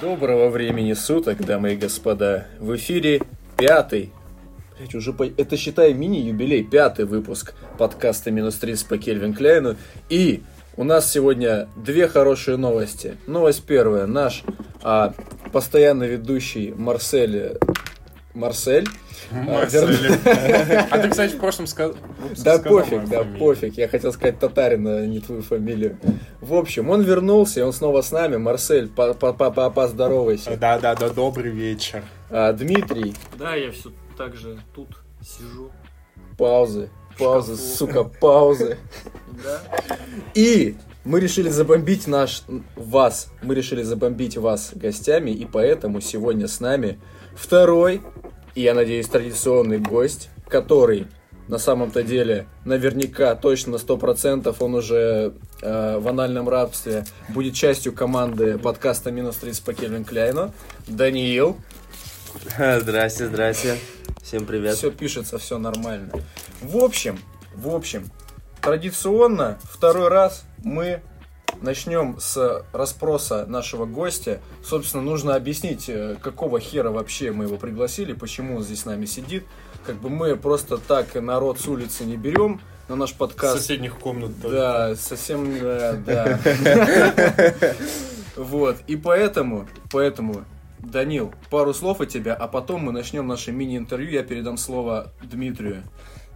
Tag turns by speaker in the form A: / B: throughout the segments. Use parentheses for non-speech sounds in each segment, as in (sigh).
A: Доброго времени суток, дамы и господа. В эфире пятый, блять, уже по... это считай мини-юбилей, пятый выпуск подкаста «Минус 30» по Кельвин Кляйну. И у нас сегодня две хорошие новости. Новость первая. Наш а, постоянно ведущий Марсель... Марсель? а, верну-
B: Марселя. А ты, кстати, в прошлом ска- выпуске
A: Да
B: сказал...
A: пофиг,
B: мою
A: да
B: фамилию.
A: пофиг. Я хотел сказать татарин, а не твою фамилию. В общем, он вернулся, и он снова с нами. Марсель, по- по- по- по- поздоровайся.
B: Да, да, да, добрый вечер.
A: А, Дмитрий,
C: Да, я все так же тут сижу.
A: паузы. Паузы,
C: Шкафу.
A: сука, паузы.
C: Да.
A: И мы решили забомбить наш вас. Мы решили забомбить вас гостями, и поэтому сегодня с нами второй, и я надеюсь, традиционный гость, который на самом-то деле наверняка точно на 100% он уже э, в анальном рабстве будет частью команды подкаста «Минус 30» по Кельвин Кляйну. Даниил.
D: (laughs) Здрасте, здрасте. Всем привет.
A: Все пишется, все нормально. В общем, в общем, традиционно второй раз мы начнем с расспроса нашего гостя. Собственно, нужно объяснить, э, какого хера вообще мы его пригласили, почему он здесь с нами сидит. Как бы мы просто так народ с улицы не берем на наш
B: С
A: подкаст.
B: соседних комнат. тоже.
A: Да, совсем, э, (laughs) да. Вот, и поэтому, поэтому, Данил, пару слов о тебя, а потом мы начнем наше мини-интервью, я передам слово Дмитрию.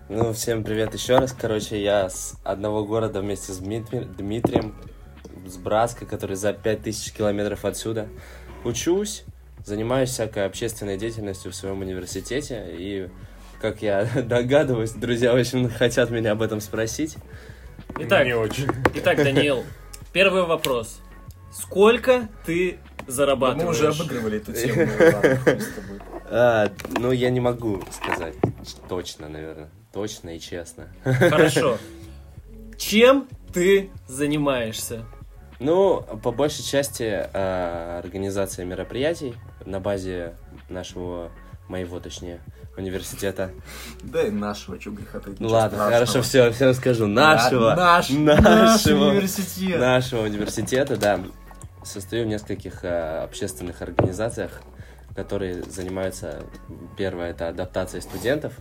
D: Ну, всем привет еще раз. Короче, я с одного города вместе с Дмитри- Дмитрием, с Братска, который за 5000 километров отсюда. Учусь, занимаюсь всякой общественной деятельностью в своем университете. И, как я (laughs) догадываюсь, друзья очень хотят меня об этом спросить.
C: Итак,
B: Не очень.
C: итак, Даниил, первый вопрос. Сколько ты зарабатываешь?
A: Мы уже обыгрывали эту тему. ну ладно, хуй с тобой.
D: А, ну, я не могу сказать точно, наверное. Точно и честно.
C: Хорошо. Чем ты занимаешься?
D: Ну, по большей части э, организация мероприятий на базе нашего, моего, точнее, университета.
A: (laughs) Да и нашего, чего греха таить,
D: Ну
A: ничего
D: ладно,
A: страшного.
D: хорошо, все, все расскажу.
A: Да,
D: Нашего,
A: наш, наш
D: (laughs) нашего,
A: университет.
D: нашего университета, да. Состою в нескольких э, общественных организациях, которые занимаются, первое, это адаптацией студентов,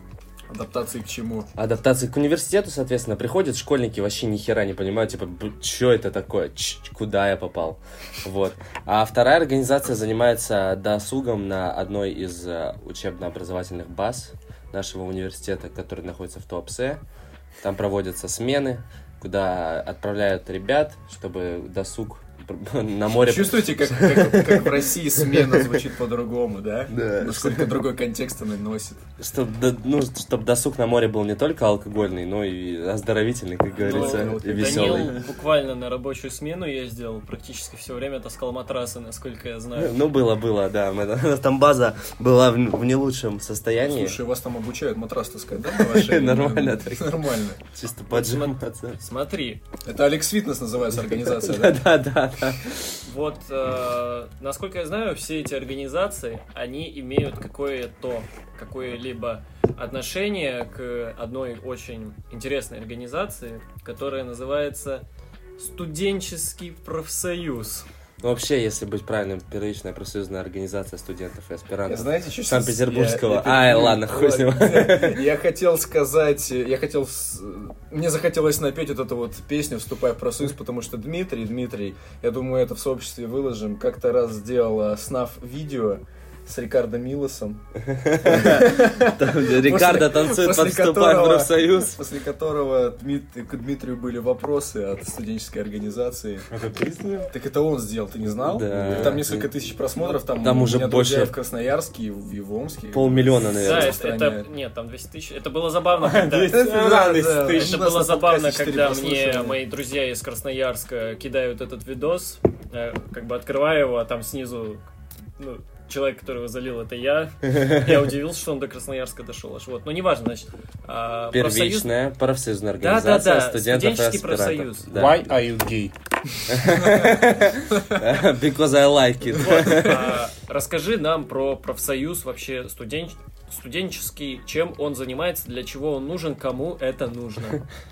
A: Адаптации к чему?
D: адаптации к университету, соответственно, приходят школьники, вообще ни хера не понимают, типа, что это такое, Ч- ч- куда я попал, вот. А вторая организация занимается досугом на одной из э, учебно-образовательных баз нашего университета, который находится в Туапсе. Там проводятся смены, куда отправляют ребят, чтобы досуг (laughs) на море...
A: Чувствуете, как, как- как в России смена звучит по-другому,
D: (laughs)
A: да?
D: Да.
A: Насколько другой контекст она носит.
D: Чтобы, ну, чтоб досуг на море был не только алкогольный, но и оздоровительный, как говорится,
A: ну,
D: и
A: Данил,
D: веселый.
C: Даниил буквально на рабочую смену я сделал практически все время, таскал матрасы, насколько я знаю.
D: Ну, было, было, да. Мы- (laughs) у нас там база была в, в не лучшем
C: Ну,
D: состоянии.
A: Слушай, вас там обучают матрас таскать,
D: (laughs)
A: да? на вашей?
D: Нормально так.
A: Нормально.
D: Чисто поджиматься.
C: Смотри,
A: Это Алекс Фитнес называется организация, да?
D: (laughs) Да, да, да, да.
C: Вот, э, насколько я знаю, все эти организации, они имеют какое-то, какое-либо отношение к одной очень интересной организации, которая называется «Студенческий профсоюз».
D: Ну, вообще, если быть правильным, первичная профсоюзная организация студентов и
A: Я,
D: аспирантов.
A: знаете, что
D: Санкт-Петербургского. Ай, ладно, хуй с ним.
A: Я хотел сказать, я хотел... с- Мне захотелось напеть вот эту вот песню «Вступай в профсоюз», потому что Дмитрий, Дмитрий, я думаю, это в сообществе выложим, как-то раз сделал снав видео с Рикардо Милосом,
D: Там, где Рикардо танцует
A: после
D: под «Вступай в
A: которого-
D: профсоюз».
A: после которого Дмит- к Дмитрию были вопросы от студенческой организации.
B: Это ты сделал?
A: Так это он сделал, ты не знал?
D: Да.
A: Там несколько тысяч просмотров, там,
D: Там
A: у
D: уже
A: меня друзья
D: больше-
A: в Красноярске и в и в Омске.
D: Полмиллиона,
C: да,
D: наверное.
C: это, это- нет, там 200 тысяч. Это было забавно, когда...
B: 200
A: да.
C: Это
A: У нас
C: было
A: на
C: забавно,
A: подкасте
C: когда
A: четыре
C: мне
A: прослушивания.
C: мои друзья из Красноярска кидают этот видос, э, как бы открываю его, а там снизу ну, человек, которого залил, это я. Я удивился, что он до Красноярска дошел аж. Вот. Но неважно, значит. а, профсоюз-
D: Первичная профсоюзная
C: Да, да,
D: организация
C: да.
D: студентов и
C: Студенческий
D: аспирантов.
C: профсоюз.
D: Да.
B: Why are you gay?
D: (laughs) Because I like it.
C: Вот, а, Расскажи нам про профсоюз вообще студен- студенческий, чем он занимается, для чего он нужен, кому это нужно.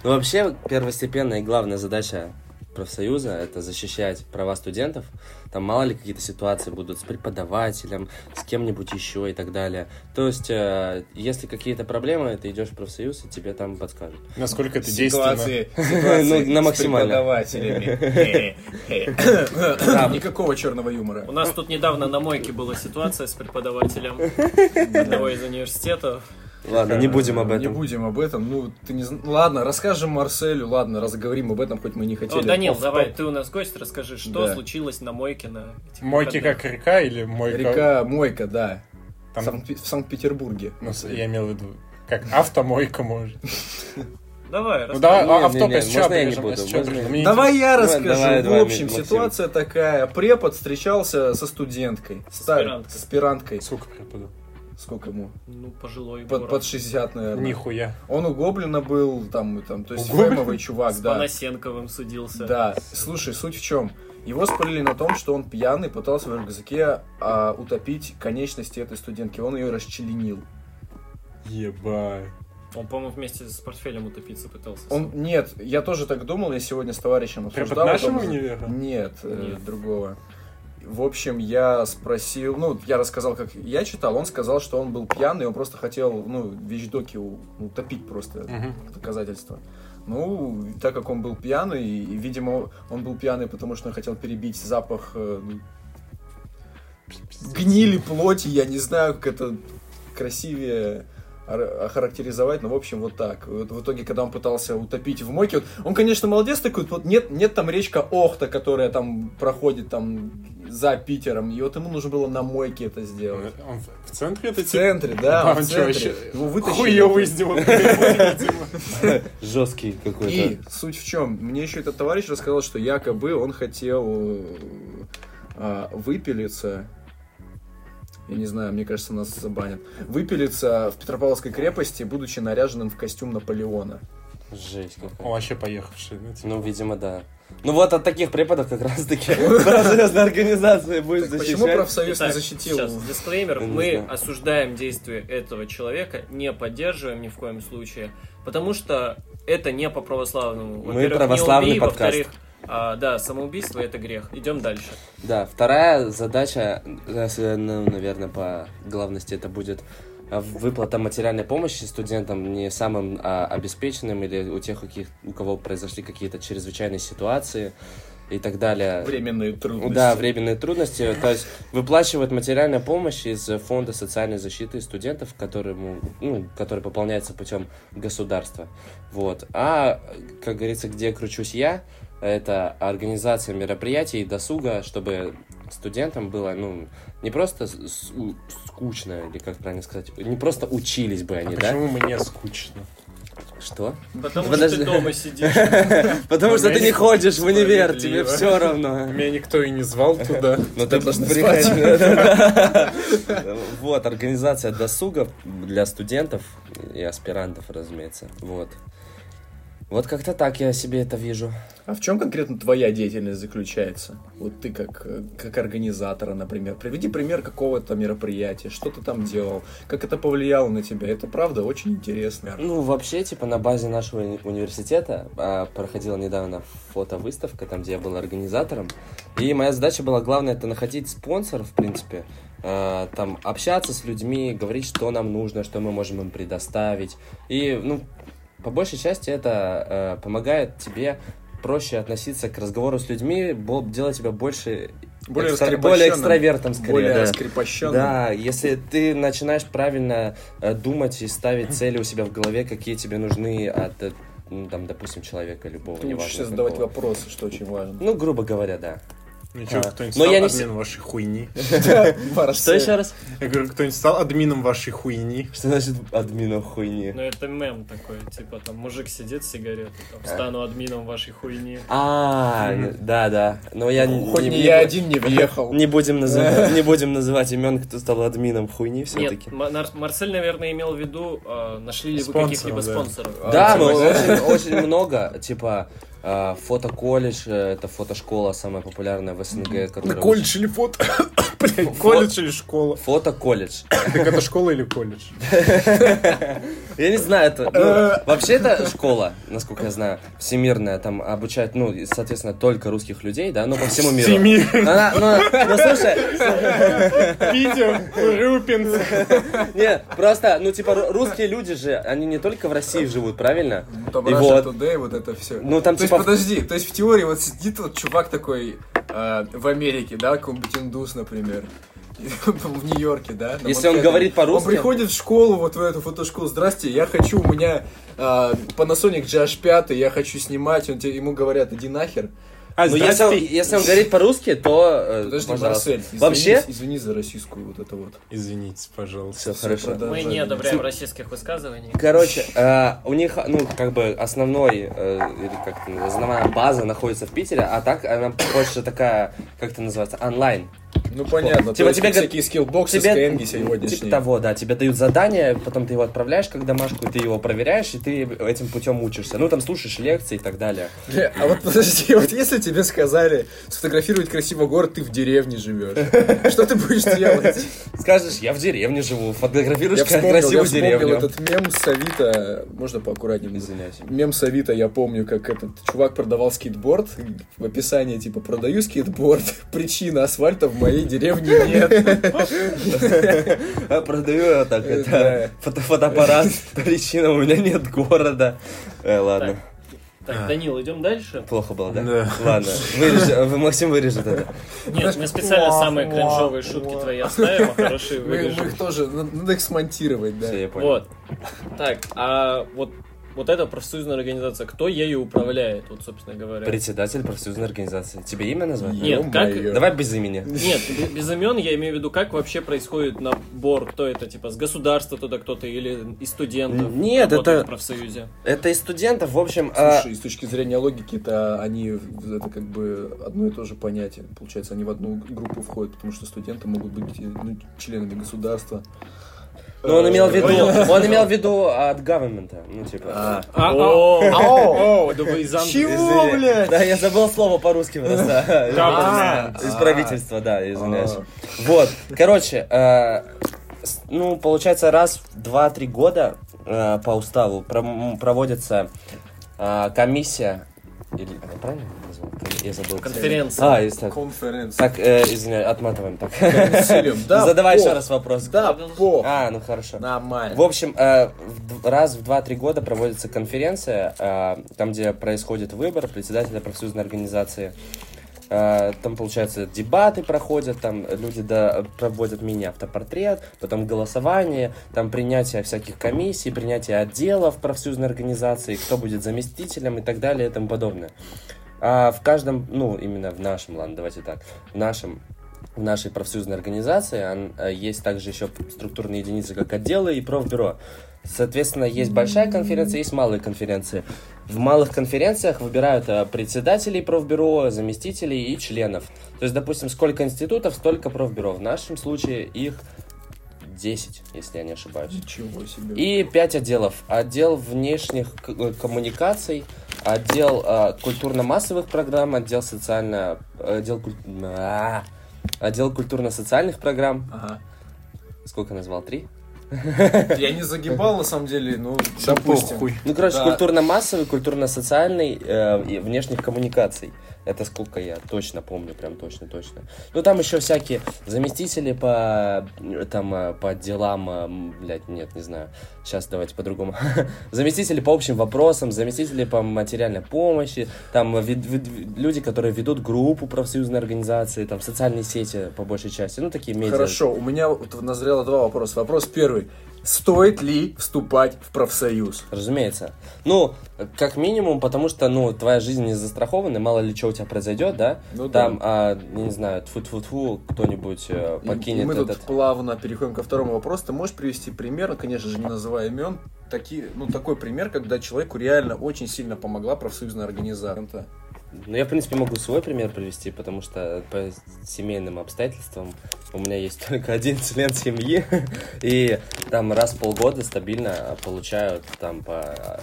D: Ну, вообще, первостепенная и главная задача профсоюза, это защищать права студентов. Там мало ли какие-то ситуации будут с преподавателем, с кем-нибудь еще и так далее. То есть, э, если какие-то проблемы, ты идешь в профсоюз, и тебе там подскажут.
B: Насколько это действенно?
A: Ситуации, ситуации
D: Ну, на
A: с
D: максимально.
A: преподавателями. Никакого черного юмора.
C: У нас тут недавно на мойке была ситуация с преподавателем одного из университетов.
D: Ладно, не будем об
A: Не
D: этом.
A: будем об этом. Ну, ты не зн- Ладно, расскажем Марселю, ладно, разговорим об этом, хоть мы не хотели.
C: О, Данил,
A: Оф-топ.
C: давай, ты у нас гость, расскажи, что
A: Да.
C: случилось на мойке на этих
B: Мойки
C: выходных?
B: как река или мойка?
A: Река Мойка, да.
B: Там-
A: В Санкт- В Санкт-Петербурге.
B: Ну, с- я имел в виду, как автомойка может.
C: Давай,
B: Ну
C: расскажи.
B: давай,
D: Не, не,
B: а- автомойка
D: не,
B: с
D: можно я не
B: чем
D: буду? Можно я-
A: Давай я
D: Давай,
A: расскажу.
D: давай,
A: в
D: давай,
A: общем,
D: Максим.
A: ситуация такая. Препод встречался со студенткой. Стар-
C: аспиранткой.
A: С аспиранткой.
B: Сука, пропаду.
A: Сколько ему?
C: Ну, пожилой
A: Под,
C: город.
A: под 60, наверное.
B: Нихуя.
A: Он у Гоблина был, там, и там то есть
B: У Гоблина?
A: Фэмовый чувак,
C: С
A: да.
C: Панасенковым судился.
A: Да, слушай, суть в чем? Его спалили на том, что он пьяный пытался в рюкзаке а, утопить конечности этой студентки. Он ее расчленил.
B: Ебать.
C: Он, по-моему, вместе с портфелем утопиться пытался.
A: Он нет, я тоже так думал, я сегодня с товарищем
B: Препод
A: обсуждал.
B: нашего
A: потом-
B: универа?
A: Нет, э,
C: Нет.
A: другого. В общем, я спросил, ну, я рассказал, как я читал, он сказал, что он был пьяный, он просто хотел, ну, вещдоки у- утопить просто,
B: Мгм.
A: доказательства. Ну, так как он был пьяный, и, и, видимо, он был пьяный, потому что он хотел перебить запах э, ну, гнили плоти, я не знаю, как это красивее ор- охарактеризовать, но, в общем, вот так. Вот в итоге, когда он пытался утопить в мойке, вот он, конечно, молодец такой, вот нет, нет там речка Охта, которая там проходит там за Питером, и вот ему нужно было на мойке это сделать.
B: Он в в центре это
A: В
B: типа?
A: центре, да,
B: Да,
A: в
B: он чё,
A: центре.
B: вообще
A: Его вытащили.
B: Хуёвый из него.
D: Жесткий какой-то.
A: И суть в чем? Мне еще этот товарищ рассказал, что якобы он хотел э, а, выпилиться. Я не знаю, мне кажется, нас забанят. Выпилиться в Петропавловской крепости, будучи наряженным в костюм Наполеона.
D: Жесть какая.
B: Он вообще поехавший. ну, типа.
D: Ну, видимо, да. Ну вот от таких преподов
A: (laughs)
D: как раз-таки профсоюзная организация будет
A: Так почему
D: защищать.
A: профсоюз не
C: Итак,
A: защитил?
C: Сейчас дисклеймер.
D: Я не
C: Мы
D: знаю.
C: осуждаем действия этого человека, не поддерживаем ни в коем случае, потому что это не по православному.
D: Мы
C: Во-первых, не
D: православный
C: убей,
D: подкаст.
C: Во-вторых, а, да, самоубийство это грех. Идем дальше.
D: Да, вторая задача, э, с- ну, наверное, по главности это будет э, выплата материальной помощи студентам не самым а, обеспеченным или у тех, у, каких- у кого произошли какие-то чрезвычайные ситуации и так далее.
A: Временные трудности.
D: Ну Да, временные трудности. То есть выплачивают материальную помощь из фонда социальной защиты студентов, которому, ну, который пополняется путем государства. Вот. А, как говорится, где кручусь я, это организация мероприятий и досуга, чтобы студентам было, ну, не просто с- с- у- скучно, или как правильно сказать, не просто учились бы
B: А
D: они, да?
B: почему мне скучно?
D: Что?
C: Потому
D: Подожди.
C: что ты дома сидишь.
D: Потому что ты не
B: Справедливо.
D: ходишь в универ, тебе
B: Справедливо.
D: все равно.
B: Меня никто и не звал туда.
D: Ну ты
A: должна
D: приходи. Да. (laughs) Вот, организация досуга для студентов и аспирантов, разумеется. Вот. Вот как-то так я себе это вижу.
A: А в чем конкретно твоя деятельность заключается? Вот ты как, э, как организатора, например. Приведи пример какого-то мероприятия, что ты там делал, как это повлияло на тебя. Это правда очень интересно.
D: Ну, вообще, типа, на базе нашего уни- университета а, проходила недавно фотовыставка, там, где я был организатором. И моя задача была, главное, это находить спонсоров, в принципе. а, там, общаться с людьми, говорить, что нам нужно, что мы можем им предоставить. И, ну, по большей части это э, помогает тебе проще относиться к разговору с людьми, бо- делать тебя больше
A: Более
D: экстра- более
A: раскрепощенным.
D: экстравертом, скорее.
A: Более
D: да.
A: раскрепощенным.
D: Да, если ты начинаешь правильно э, думать и ставить цели у себя в голове, какие тебе нужны от, э, ну, там, допустим, человека любого,
A: Ты
D: неважно
A: учишься задавать
D: какого.
A: вопросы, что очень важно.
D: Ну, грубо говоря, да.
B: Ну чё,
D: А.
B: кто-нибудь
D: Но я
B: стал
D: не
B: админ вашей хуйни?
D: Что еще раз?
B: Я говорю, кто-нибудь стал админом вашей хуйни?
D: Что значит админа хуйни?
C: Ну это мем такой, типа там мужик сидит с сигаретой, там, стану админом вашей хуйни.
D: А,
B: Мгм.
D: да, да. Но я не-
A: Ну, Хоть
D: не,
A: не
D: не
A: я
D: бу-
A: один не
D: (laughs)
A: въехал.
D: Не
A: (laughs)
D: будем называть, не будем называть имен, кто стал админом хуйни
C: Нет,
D: все-таки.
C: Ма- Нар- Марсель, наверное, имел в виду, а, нашли ли вы
B: Спонсоров,
C: каких-либо
B: да.
C: спонсоров.
A: А,
D: Да,
A: тема
D: но
A: за- (laughs)
D: очень, очень много, типа э, фотоколледж, э, это фотошкола самая популярная в СНГ, которая
B: (coughs) или фото? Блядь, колледж или школа?
D: Фото колледж.
B: Так это школа или
D: (laughs)
B: колледж?
D: Я не знаю, это... ну, вообще это школа, насколько я знаю, всемирная, там обучают, ну, и, соответственно, только русских людей, да, ну, по всему миру.
B: Всемир,
D: Она- ну, ну, слушай,
B: Питер, Рюпинск.
D: не, просто, ну, типа, ру- русские люди же, они не только в России живут, правильно?
A: Там
D: И
A: Russia
D: вот.
A: Today, вот Ну, это все.
D: Ну, там
A: то
D: типа-
A: есть, подожди, то есть в теории вот сидит вот чувак такой э, в Америке, да, какой-нибудь индус, например. (laughs) В Нью-Йорке, да? на
D: Если он
A: Манхэттене.
D: говорит по-русски?
A: Он приходит в школу, вот в эту фотошколу. Здрасте, я хочу, у меня э, Panasonic GH5, я хочу снимать. Он тебе, ему говорят, иди нахер.
B: А,
D: Ну, если, он, если он говорит по-русски, то, э,
A: Подожди,
D: пожалуйста.
A: Марсель, извини,
D: Вообще,
A: извини за российскую вот это вот.
B: Извините, пожалуйста.
D: все хорошо.
C: Мы не одобряем российских высказываний.
D: Короче, э, у них, ну, как бы основной, э, или как это называется, основная база находится в Питере, а так она больше такая, как это называется, онлайн.
A: Ну понятно,
D: Типа
A: типа, тебе
D: тебе говорят-
A: всякие скиллбоксы, скринги сегодняшние.
D: Типа того, да. Тебе дают задание, потом ты его отправляешь как домашку, ты его проверяешь, и ты этим путем учишься. Ну, там слушаешь лекции и так далее.
A: Бля, (laughs) А вот подожди, вот если тебе сказали сфотографировать красивый город, ты в деревне
D: (laughs)
A: живешь, что ты будешь делать?
D: Скажешь, я в деревне живу, фотографируешь
A: Я вспомнил, я
D: красивую
A: вспомнил
D: деревню.
A: этот мем с Авито, можно поаккуратнее? назову?
D: Извиняюсь.
A: Мем с Авито, я помню, как этот чувак продавал скейтборд, в описании типа «Продаю скейтборд, (laughs) причина асфальта в моей деревне нет».
D: А, Продаю я так,
A: Э,
D: это фото- фотоаппарат, причина, у меня нет города. Э, ладно,
C: Так, Данил, идем дальше.
D: плохо было, да?
B: Да.
D: Ладно, вырежи, э, вы- Максим вырежет это.
C: Нет, мы специально
B: Уа,
C: самые
B: уа,
C: кринжовые
B: уа.
C: шутки твои оставим, а хорошие
A: (laughs) Мы мы
C: вырежем.
A: их тоже, на- надо их смонтировать, да.
D: Все, я понял.
C: Вот. Так, а вот вот эта профсоюзная организация, кто ею управляет, вот, собственно говоря?
D: Председатель профсоюзной организации. Тебе имя назвать?
A: Ё-моё.
C: Нет, как-
D: Давай без имени.
C: Нет, бе- без имен я имею в виду, как вообще происходит набор, кто это, типа, с государства туда кто-то или из студентов?
D: Нет,
C: работает
D: это-
C: в профсоюзе.
D: Это из студентов, в общем... а,
A: Слушай, с точки зрения логики, то они в- это как бы одно и то же понятие. Получается, они в одну группу входят, потому что студенты могут быть э, ну, членами государства.
D: Ну, он имел в виду,
C: Понял.
D: он имел в виду от government, ну, типа.
A: А.
C: А,
A: О.
C: о, о, да вы из Англии.
A: Чего,
D: Извини.
A: блядь?
D: Да, я забыл слово
A: (laughs)
D: по-русски просто.
C: Да,
D: Из правительства, да, извиняюсь.
A: А.
D: Вот, короче, э, с- ну, получается, раз в 2-3 года э, по уставу пром- проводится э, комиссия, или, а, правильно я назвал? Ком- Я забыл.
C: Конференция.
D: А, если так.
A: Конференция.
D: Так, э, извиняюсь, отматываем так. (laughs)
A: Да,
D: Задавай
A: по.
D: еще раз вопрос.
A: Да, по.
D: А, ну хорошо. В
A: Нормально.
D: общем, э, в д- раз в 2-3 года проводится конференция, э, там, где происходит выбор председателя профсоюзной организации. Э, Там, получается, дебаты проходят, там люди да, проводят мини-автопортрет, потом голосование, там принятие всяких комиссий, принятие отделов профсоюзной организации, кто будет заместителем и так далее и тому подобное. А в каждом, ну, именно в нашем, ладно, давайте так, в нашем в нашей профсоюзной организации ан- э, есть также еще структурные единицы, как отделы и профбюро. Соответственно, есть большая конференция, есть малые конференции. В малых конференциях выбирают э, председателей профбюро, заместителей и членов. То есть, допустим, сколько институтов, столько профбюро. В нашем случае их 10, если я не ошибаюсь.
A: Ничего себе.
D: И пять отделов. Отдел внешних к- э, коммуникаций, отдел э, культурно-массовых программ, отдел социально... э, Отдел, куль- а, отдел культурно-социальных программ.
A: Ага.
D: Сколько назвал? Три?
A: Я не загибал, на самом деле, ну,
B: Да
A: допустим.
B: похуй.
D: Ну, короче,
A: Да.
D: культурно-массовый, культурно-социальный э, и внешних коммуникаций. Это сколько я точно помню, прям точно-точно. Ну, там еще всякие заместители по, э, там, э, по делам, э, м, блядь, нет, не знаю. Сейчас давайте по-другому. (laughs) заместители по общим вопросам, заместители по материальной помощи, там э, вид- вид- вид- люди, которые ведут группу профсоюзной организации, там социальные сети по большей части, ну, такие медиа.
A: Хорошо, у меня вот назрело два вопроса. Вопрос первый. Стоит ли вступать в профсоюз?
D: Разумеется. Ну, как минимум, потому что, ну, твоя жизнь не застрахована, мало ли что у тебя произойдет, да?
A: Ну да.
D: Там, а, не знаю, тфу тфу тфу кто-нибудь э,
A: И-
D: покинет
A: и Ну, мы
D: этот...
A: тут плавно переходим ко второму вопросу. Ты можешь привести пример, ну, конечно же, не называя имен, такие, ну, такой пример, когда человеку реально очень сильно помогла профсоюзная организация.
D: Ну, я, в принципе, могу свой пример привести, потому что по семейным обстоятельствам у меня есть (laughs) только один член семьи, (laughs) и там раз в полгода стабильно получают там по...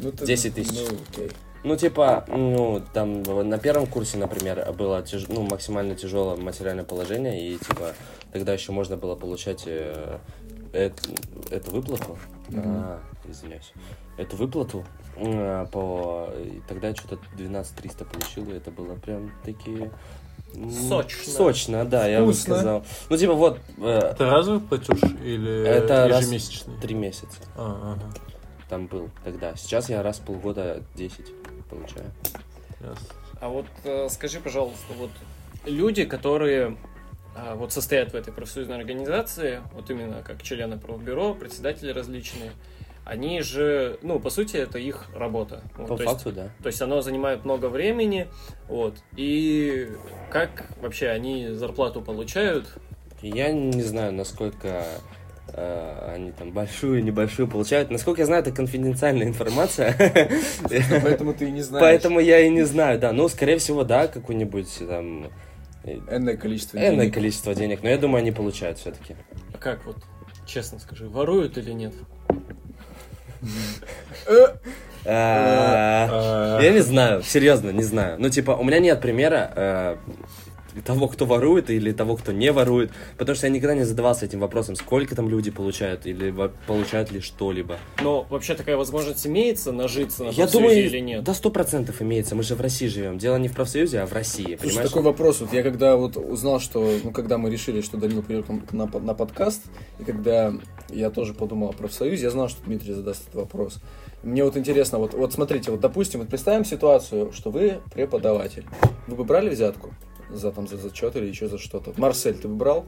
A: Ну, ты-
D: 10 тысяч.
A: ну, окей.
D: Ну, типа, ну, там в- на первом курсе, например, было тяж- ну, максимально тяжелое материальное положение, и, типа, тогда еще можно было получать э, эт- эту выплату. А, извиняюсь. Эту выплату э, по... и Тогда я что-то 12 300 получил, и это было прям такие... м,
C: Сочно.
D: Сочно, да, я бы
A: Вкусно.
D: сказал. Ну, типа, вот, э,
B: Это разовый платеж или
D: Это раз-
B: ежемесячный?
D: три месяца
B: А, ага.
D: там был тогда. Сейчас я раз в полгода 10 получаю.
B: Ясно.
C: А вот э, скажи, пожалуйста, вот люди, которые а, вот состоят в этой профсоюзной организации, вот именно как члены правбюро, председатели различные, они же, ну, по сути, это их работа. Вот,
D: По
C: Ну, то, есть,
D: факту, да.
C: то есть оно занимает много времени, вот. И как вообще они зарплату получают?
D: Я не знаю, насколько э, они там большую, небольшую получают. Насколько я знаю, это конфиденциальная информация. (laughs)
A: Поэтому ты и не знаешь.
D: Поэтому я и не знаю, да. Ну, скорее всего, да, какую-нибудь там э,
A: Энное количество
D: энное
A: денег.
D: количество денег. Но я думаю, они получают все-таки.
C: А Как вот, честно скажи, воруют или нет?
B: А,
D: Э, Я не знаю, серьезно, не знаю. Ну, типа, у меня нет примера э, того, кто ворует или того, кто не ворует, потому что я никогда не задавался этим вопросом, сколько там люди получают или во- получают ли что-либо.
C: Но вообще такая возможность имеется, нажиться на
D: Я
C: профсоюзе
D: думаю,
C: или нет?
D: до сто процентов имеется. Мы же в России живем. Дело не в профсоюзе, а в России,
A: Слушай,
D: понимаешь?
A: такой вопрос. Вот я когда вот узнал, что, ну, когда мы решили, что Данил придет к нам на, по- на подкаст, и когда я тоже подумал о профсоюзе, я знал, что Дмитрий задаст этот вопрос. Мне вот интересно, вот, вот смотрите, вот допустим, вот представим ситуацию, что вы преподаватель. Вы бы брали взятку? За там за зачет или еще за что-то. Марсель, ты бы брал?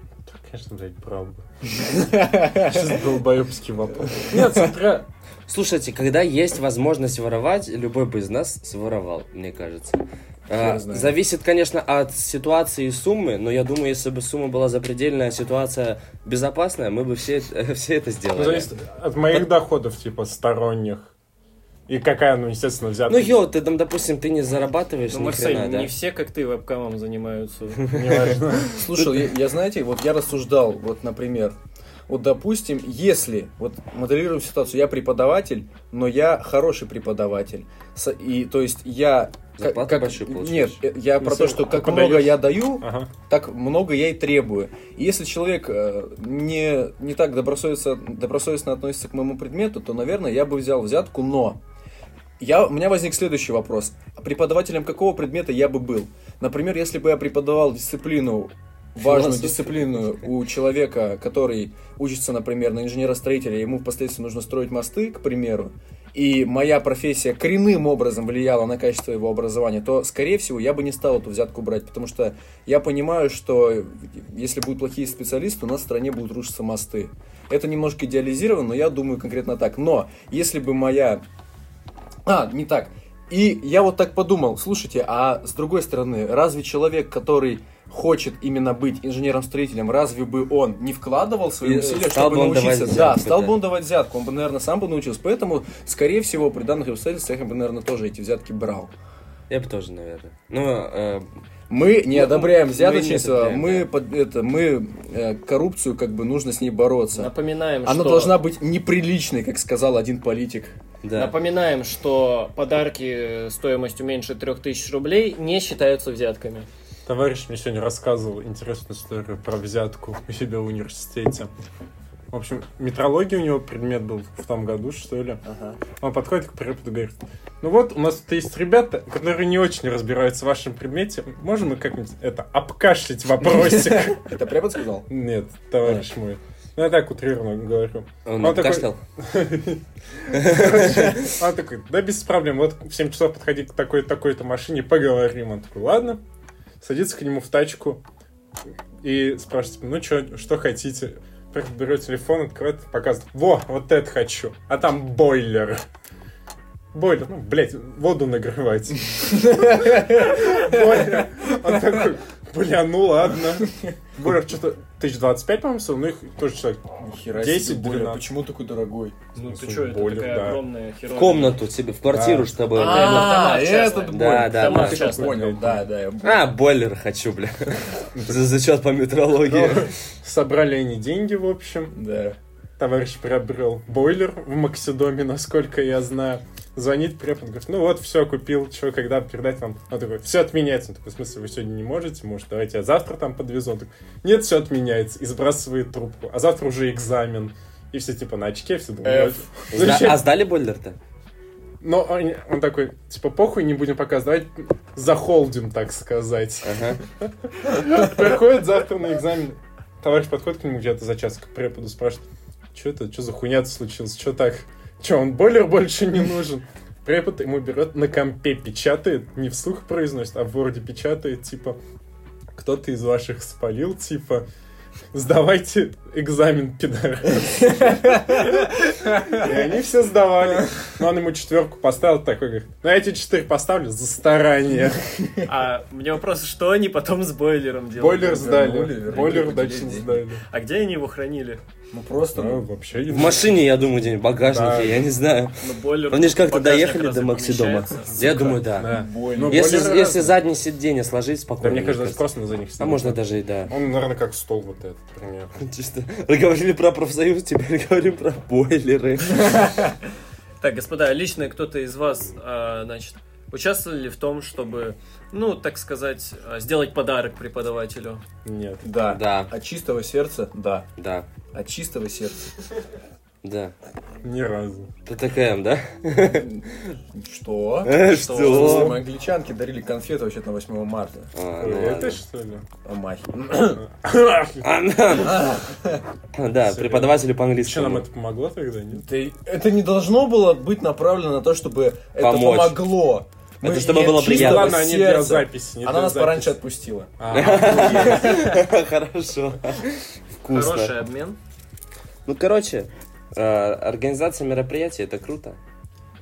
B: Конечно, блядь, брал (laughs) бы. Сейчас долбоебский вопрос. Нет, смотря...
D: Слушайте, когда есть возможность воровать, любой бы из нас своровал, мне кажется.
A: Хер
D: А,
A: знает.
D: зависит, конечно, от ситуации и суммы, но я думаю, если бы сумма была запредельная, а ситуация безопасная, мы бы все, это- (laughs) все это
B: Ну,
D: сделали.
B: зависит от моих доходов, типа, сторонних. И какая, ну, естественно, взятка.
D: Ну, йо, ты там, допустим, ты не зарабатываешь,
C: Ну,
D: ни
C: Марсель,
D: хрена,
C: не
D: да?
C: все, как ты, вебкамом занимаются.
B: Неважно. (laughs)
A: Слушал, я, я, знаете, вот я рассуждал, вот, например, вот, допустим, если, вот, моделируем ситуацию, я преподаватель, но я хороший преподаватель, С- и, то есть, я... ка-
D: Зарплату большую получаешь.
A: Нет, э, я
B: Ну,
A: про то,
B: всё,
A: что
B: а
A: как
B: подаёшь.
A: много я даю,
B: Ага.
A: так много я и требую. И если человек э, не, не так добросовестно, добросовестно относится к моему предмету, то, наверное, я бы взял взятку, но... Я, у меня возник следующий вопрос. А Преподавателем какого предмета я бы был? Например, если бы я преподавал дисциплину, важную
D: Философию.
A: дисциплину у человека, который учится, например, на инженера-строителя, ему впоследствии нужно строить мосты, к примеру, и моя профессия коренным образом влияла на качество его образования, то, скорее всего, я бы не стал эту взятку брать, потому что я понимаю, что если будут плохие специалисты, у нас в стране будут рушиться мосты. Это немножко идеализировано, но я думаю конкретно так. Но если бы моя... А, не так. И я вот так подумал, слушайте, а с другой стороны, разве человек, который хочет именно быть инженером-строителем, разве бы он не вкладывал свои
D: И
A: усилия,
D: стал
A: чтобы
D: бы он давать
A: научиться? да,
D: взятку,
A: стал
D: да.
A: бы он давать взятку, он бы, наверное, сам бы научился. Поэтому, скорее всего, при данных обстоятельствах я бы, наверное, тоже эти взятки брал.
D: Я бы тоже, наверное. Ну, э,
A: Мы не
D: Ну,
A: одобряем
D: мы не
A: взяточничество,
D: одобряем,
A: мы,
D: да.
A: под, это, мы э, коррупцию, как бы нужно с ней бороться.
C: Напоминаем,
A: Она
C: что...
A: должна быть неприличной, как сказал один политик.
D: да.
C: Напоминаем, что подарки стоимостью меньше 3000 рублей не считаются взятками.
B: Товарищ мне сегодня рассказывал интересную историю про взятку у себя в университете. В общем, метрология у него предмет был в том году, что ли. Он подходит к преподу и говорит, ну вот, у нас тут есть ребята, которые не очень разбираются в вашем предмете. Можем мы как-нибудь это, обкашлять
A: (laughs)
D: (laughs)
B: вопросик?
A: Это препод сказал?
B: Нет, товарищ мой. Ну, я так утрированно говорю.
D: Он
B: Он такой-
D: кашлял.
B: Он А такой, да без проблем, вот в 7 часов подходи к такой, такой-то машине, поговорим. Он такой, ладно. Садится к нему в тачку и спрашивает, типа, ну что, что хотите? Прям Берет телефон, открывает, показывает, во, вот это хочу, а там бойлер. Бойлер, ну, блядь, воду нагревать. Бойлер. Он такой, бля, ну ладно. Бойлер что-то 1025, по-моему, стоил, ну их тоже человек
A: Нихера
B: 10,
A: себе, Боря,
B: 12.
A: почему такой дорогой?
C: Ну
B: смысле,
C: ты что, это
B: более,
C: такая
B: да.
C: огромная херня.
D: В комнату себе, в квартиру,
B: Да.
D: чтобы... это-
C: А,
A: это
C: этот
A: этот
C: боль.
D: Да, да,
C: Дома
D: да.
C: в
A: Ты
C: частности.
A: понял, да, да. я-
D: А, бойлер хочу, бля. За зачет по метрологии.
B: Собрали они деньги, в общем.
A: Да.
B: Товарищ приобрел бойлер в Максидоме, насколько я знаю. звонит преп, он говорит, ну вот, все, купил, что, когда передать вам? Он такой, все отменяется. Он такой, в смысле, вы сегодня не можете? Может, давайте я завтра там подвезу? Он такой, нет, все отменяется. И сбрасывает трубку. А завтра уже экзамен. И все типа на очке, все думают.
A: Эф.
B: «Ну,
D: Зда-
B: зачем?»
D: А сдали бойлер-то?
B: Но он, он такой, типа, похуй, не будем показывать, захолдим, так сказать.
D: Ага.
B: Приходит завтра на экзамен. Товарищ подходит к нему где-то за час к преподу, спрашивает, что это, что за хуйня случилось, что так? Че, он бойлер больше не нужен? Препод ему берет, на компе печатает, не вслух произносит, а в Word печатает, типа, кто-то из ваших спалил, типа, сдавайте экзамен, пидорас. И они все сдавали. Но он ему четверку поставил, такой говорит, ну я тебе четыре поставлю за старание.
C: А у меня вопрос, что они потом с бойлером делали?
B: Бойлер
A: вернули,
B: сдали.
A: вернули,
B: Бойлер
A: поделили
B: удачно
A: деньги.
B: сдали.
C: А где они его хранили?
A: Ну просто,
B: Да,
A: ну,
B: вообще не
D: В машине, я думаю, где-нибудь, в багажнике,
B: Да.
D: я не знаю.
C: Ну, бойлер...
D: Они же как-то
C: в багажник
D: доехали
C: разве
D: до Максидома.
C: помещается?
D: Я думаю, да.
B: Да.
A: больно.
B: Ну,
D: Если,
B: Бойлер
D: если
B: разный.
D: заднее сиденье сложить
B: Да,
D: спокойно.
B: мне
D: мне
B: кажется, даже
D: кажется.
B: классно за них
D: А
B: сидеть.
D: можно даже и да.
B: Он, наверное, как стол вот этот, примерно.
D: (laughs) Чисто. Мы говорили про профсоюз, теперь (laughs) говорим про бойлеры.
C: Так, господа, лично кто-то из вас, а, значит, участвовали ли в том, чтобы, ну, так сказать, а, сделать подарок преподавателю?
B: Нет.
A: Да.
D: А, Да.
A: От чистого сердца, да.
D: Да,
A: От чистого сердца.
D: да.
B: Ни разу.
D: ТТКМ, да?
A: Что?
D: Э,
A: Слушай, мы
D: Что?
A: англичанке дарили конфеты вообще на 8 марта.
D: А, ну
B: Это
D: ладно.
B: что ли?
A: Амахи.
D: (laughs)
B: (laughs)
D: А, на.
B: А.
D: Да, преподавателю
B: Че
D: по
B: нам
D: английскому.
B: это помогло тогда, нет?
A: (clears throat) Ты- Это не должно было быть направлено на то, чтобы это
D: Помочь.
A: помогло. Мы-
D: Это чтобы
A: нет,
D: было
A: чистого
D: приятно.
B: Ладно, они для
A: сердца.
B: записи, не
A: Она
B: для
A: нас
B: записи.
A: пораньше отпустила.
B: А,
D: (laughs)
C: Хороший
D: Хорошо. Вкусно.
C: обмен.
D: Ну, короче, э, организация мероприятий это круто.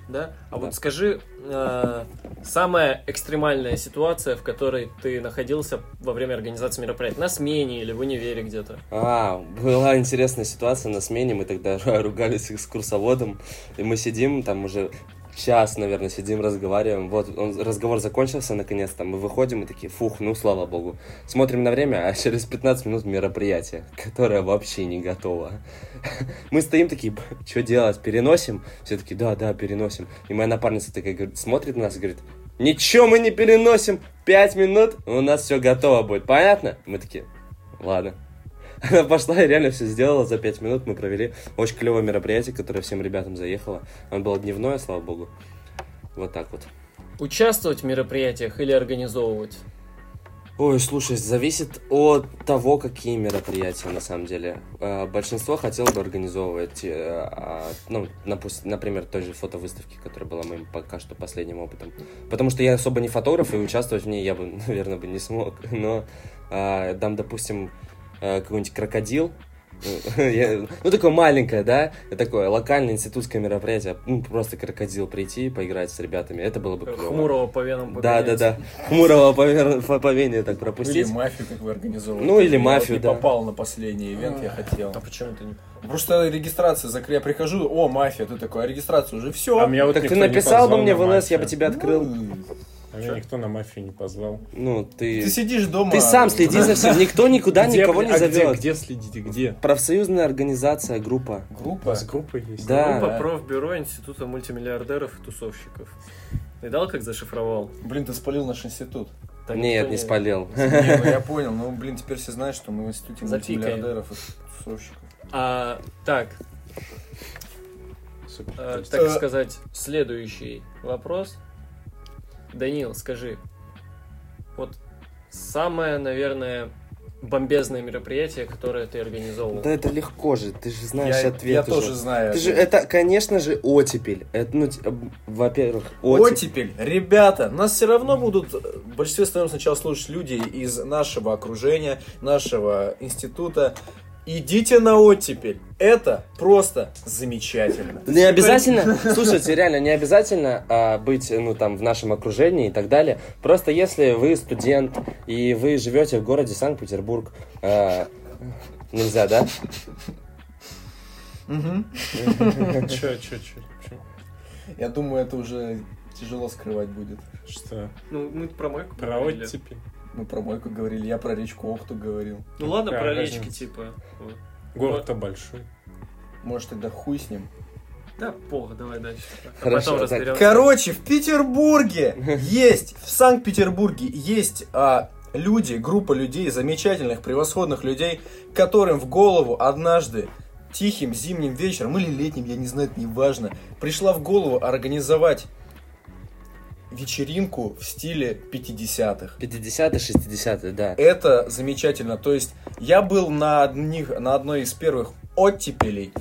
C: Да? А
D: Да.
C: вот скажи, э, самая экстремальная ситуация, в которой ты находился во время организации мероприятий? На смене или в универе где-то?
D: А, была интересная ситуация на смене, мы тогда (laughs) ругались с экскурсоводом, и мы сидим там уже час, наверное, сидим, разговариваем. Вот, он, разговор закончился наконец-то, мы выходим и такие, фух, ну слава богу. Смотрим на время, а через 15 минут мероприятие, (laughs) которое вообще не готово. (laughs) Мы стоим такие, что делать, переносим? Все таки да, да, переносим. И моя напарница такая говорит, смотрит на нас и говорит, ничего мы не переносим, 5 минут, у нас все готово будет, понятно? Мы такие, ладно. Она пошла и реально все сделала за 5 минут. Мы провели очень клевое мероприятие, которое всем ребятам заехало. Оно было дневное, слава богу. Вот так вот.
C: Участвовать в мероприятиях или организовывать?
D: Ой, слушай, зависит от того, какие мероприятия на самом деле. Э, Большинство хотело бы организовывать, э, а, ну, напус- например, той же фотовыставки, которая была моим пока что последним опытом. Потому что я особо не фотограф, и участвовать в ней я бы, (laughs) наверное, бы не смог. Но э, дам, допустим, э, какой-нибудь крокодил. (laughs) Я- Ну, такое маленькое, да? Такое локальное институтское мероприятие. Ну, просто крокодил прийти, поиграть с ребятами. Это было бы клево.
C: Хмурого по венам
D: Да, да, да. Хмурого повер- поведения так
A: Или
D: пропустить.
A: мафию, как вы организовывали.
D: Ну, или
A: Я вот
D: мафию,
A: не
D: да.
A: попал на последний ивент, я хотел.
C: А почему ты не...
A: Просто регистрация закры... Я прихожу, о, мафия, ты такой, а регистрацию уже все.
B: а меня вот
D: Так
B: никто
D: ты
B: не
D: написал бы
B: позвал
D: мне
B: на
D: в ЛС, я бы
B: мафию.
D: тебя открыл.
B: А меня никто на мафию не позвал.
D: Ну, ты...
A: Ну, Ты сидишь дома.
D: Ты сам следи за всем, никто никуда
B: Где,
D: никого
B: блин,
D: не
B: а где,
D: зовет.
B: Где следите, где?
D: Профсоюзная организация, группа.
B: У
A: Группа.
B: вас группа есть?
D: Да.
C: Группа профбюро Института мультимиллиардеров и тусовщиков. Видал, как зашифровал?
A: Блин, ты спалил наш
D: (laughs)
A: институт.
C: Да
D: Нет,
C: никто
D: не спалил.
A: Не, ну я понял, ну блин, теперь все знают, что мы в институте
C: Запикаем.
A: мультимиллиардеров и тусовщиков.
C: А, так,
B: Супер.
C: э,
B: То
D: (laughs)
C: так
A: Э.
C: сказать, следующий вопрос. Данил, скажи, вот самое, наверное, бомбезное мероприятие, которое ты организовывал.
D: Да это легко же, ты же знаешь
A: Я,
D: ответ
A: я
D: уже.
A: тоже знаю.
D: Ты же, это, конечно же, оттепель. Это, ну, т- э, во-первых, оттепель.
A: Оттепель, ребята, нас все равно будут э, в большинстве своем сначала слушать люди из нашего окружения, нашего института. Идите на оттепель. Это просто замечательно.
D: Не обязательно, слушайте, реально, не обязательно а, быть, ну, там, в нашем окружении и так далее. Просто если вы студент и вы живете в городе Санкт-Петербург, а, нельзя, да?
A: Мгм.
B: Че, че, че? Почему?
A: Я думаю, это уже тяжело скрывать будет.
B: Что?
C: Ну, мы про мойку
B: Про
C: говорили.
B: оттепель?
A: Мы про мойку говорили, я про речку Охту говорил.
C: Ну ладно,
B: Какая
C: про
B: разница?
C: речки, типа. Вот.
B: Город-то большой.
A: Может, тогда хуй с ним.
C: Да, пох, давай дальше. А
D: Хорошо,
C: потом
D: так.
C: разберёмся.
A: Короче, в Петербурге есть, в Санкт-Петербурге есть а, люди, группа людей, замечательных, превосходных людей, которым в голову однажды тихим зимним вечером или летним, я не знаю, это не важно, пришла в голову организовать вечеринку в стиле 50-х.
D: 50-е, 60-е, да.
A: Это замечательно. То есть я был на, одних, на одной из первых оттепелей.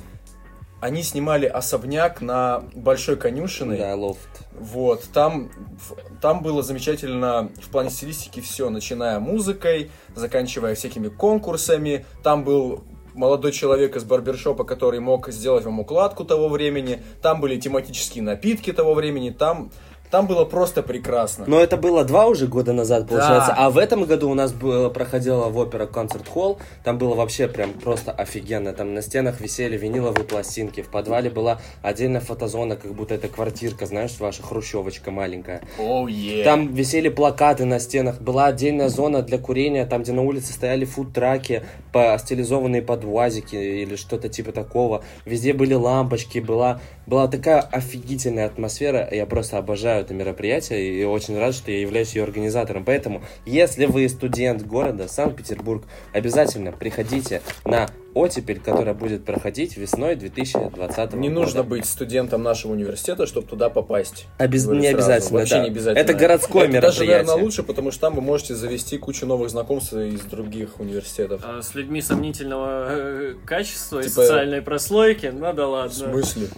A: Они снимали особняк на Большой Конюшиной.
D: Да, лофт.
A: Вот, там, в- там было замечательно в плане стилистики все, начиная музыкой, заканчивая всякими конкурсами. Там был молодой человек из барбершопа, который мог сделать вам укладку того времени. Там были тематические напитки того времени. Там, там было просто прекрасно.
D: Но это было два уже года назад, получается.
A: Да.
D: А в этом году у нас было, проходила в опера концерт-холл. Там было вообще прям просто офигенно. Там на стенах висели виниловые пластинки. В подвале была отдельная фотозона, как будто это квартирка, знаешь, ваша хрущевочка маленькая.
A: Оу, е.
D: Там висели плакаты на стенах, была отдельная зона для курения, там, где на улице стояли фудтраки, по- стилизованные под уазики или что-то типа такого. Везде были лампочки, была, была такая офигительная атмосфера. Я просто обожаю это мероприятие и очень рад, что я являюсь ее организатором. Поэтому, если вы студент города Санкт-Петербург, обязательно приходите на оттепель, которая будет проходить весной 2020
A: Не
D: года.
A: нужно быть студентом нашего университета, чтобы туда попасть.
D: Обяз-
A: Говорю
D: А не
A: сразу,
D: обязательно,
A: Вообще
D: да.
A: не обязательно.
D: Это городское
A: Это даже, наверное,
D: мероприятие.
A: лучше, потому что там вы можете завести кучу новых знакомств из других университетов.
C: А С людьми сомнительного э, качества и
A: Типа-
C: социальной прослойки, ну да
A: В
C: ладно.
A: смысле?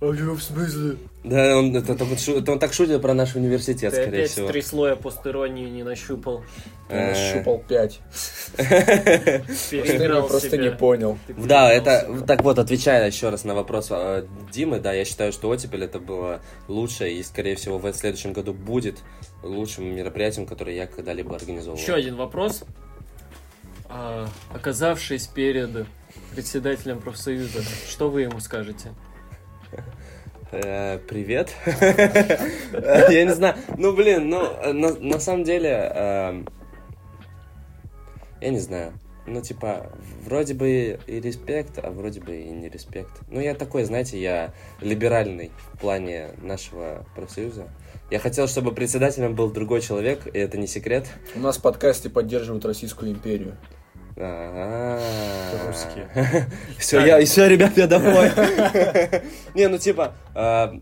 A: в смысле?
D: Да, он, это, только шу- это он так шутил про наш университет,
C: Ты
D: скорее
C: опять
D: всего.
C: три слоя постеронии не нащупал.
D: Э.
A: Щупал пять. Просто
C: Переиграл
A: не- просто не
C: себя.
A: понял.
C: Ты
D: Да,
C: переигрался.
D: это так вот, отвечая еще раз на вопрос э, Димы, да, я считаю, что оттепель это было лучшее и, скорее всего, в следующем году будет лучшим мероприятием, которое я когда-либо организовывал.
C: Еще один вопрос. А, оказавшись перед председателем профсоюза, что вы ему скажете?
D: Э, привет. (laughs) Я не знаю. Ну, блин, ну, э, на на самом деле, эм, я не знаю. Ну, типа, вроде бы и респект, а вроде бы и не респект. Ну, я такой, знаете, я либеральный в плане нашего профсоюза. Я хотел, чтобы председателем был другой человек, и это не секрет.
A: У нас в подкасте поддерживают Российскую империю.
D: Русские. (laughs)
B: Русские.
D: Все, я, все, ребят, я домой. (laughs) Не, ну типа, а,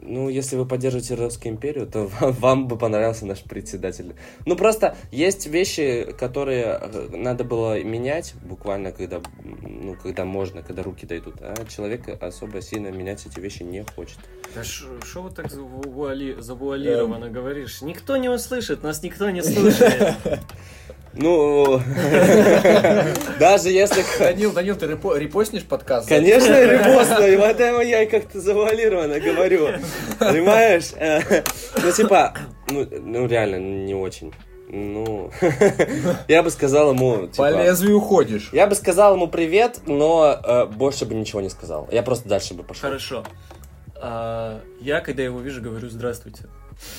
D: ну если вы поддержите Русскую империю, то (laughs) вам, вам бы понравился наш председатель. Ну просто есть вещи, которые э, надо было менять буквально, когда, м, ну когда можно, когда руки дойдут. А человек особо сильно менять эти вещи не хочет.
C: Да что вы так завуали- завуалированно говоришь? Никто не услышит, нас никто
A: (laughs)
C: не слушает.
D: Ну, (laughs) даже если
A: Данил, Данил, ты репо- репостнишь подкаст?
D: Конечно, репостно, и поэтому я и как-то завуалированно говорю. Понимаешь? Э, Ну, типа, ну, ну, реально, не очень. Ну, (laughs) я бы сказал
A: По
D: ему, типа...
A: лезвию уходишь.
D: Я бы сказал ему привет, но э, больше бы ничего не сказал. Я просто дальше бы пошел.
C: Хорошо. А, я, когда его вижу, говорю здравствуйте.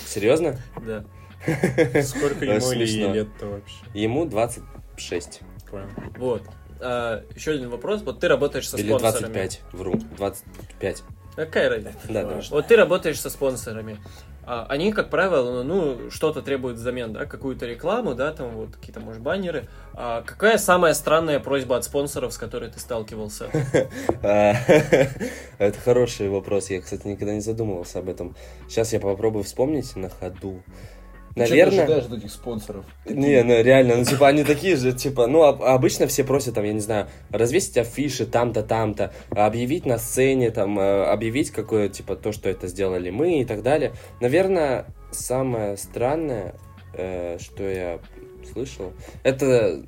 D: Серьезно?
C: Да.
B: (laughs) Сколько
D: Да,
B: ему или ей
D: смешно.
B: лет-то вообще?
D: Ему 26
B: Понял.
C: Вот. еще один вопрос. Вот ты работаешь со
D: или
C: спонсорами.
D: 25, вру, 25.
C: Какая разница?
D: Да, да.
C: Вот ты работаешь со спонсорами. А Они, как правило, ну, что-то требуют взамен, да, какую-то рекламу, да, там вот какие-то, может, баннеры. А какая самая странная просьба от спонсоров, с которой ты сталкивался?
D: А, (laughs) Это хороший вопрос. Я, кстати, никогда не задумывался об этом. Сейчас я попробую вспомнить на ходу.
A: Ты
D: Наверное...
A: ожидаешь от этих спонсоров?
D: Не, ну реально, ну типа они такие же, типа, ну об- обычно все просят там, я не знаю, развесить афиши там-то, там-то, объявить на сцене, там, э, объявить какое, типа, то, что это сделали мы и так далее. Наверное, самое странное, э, что я слышал, это...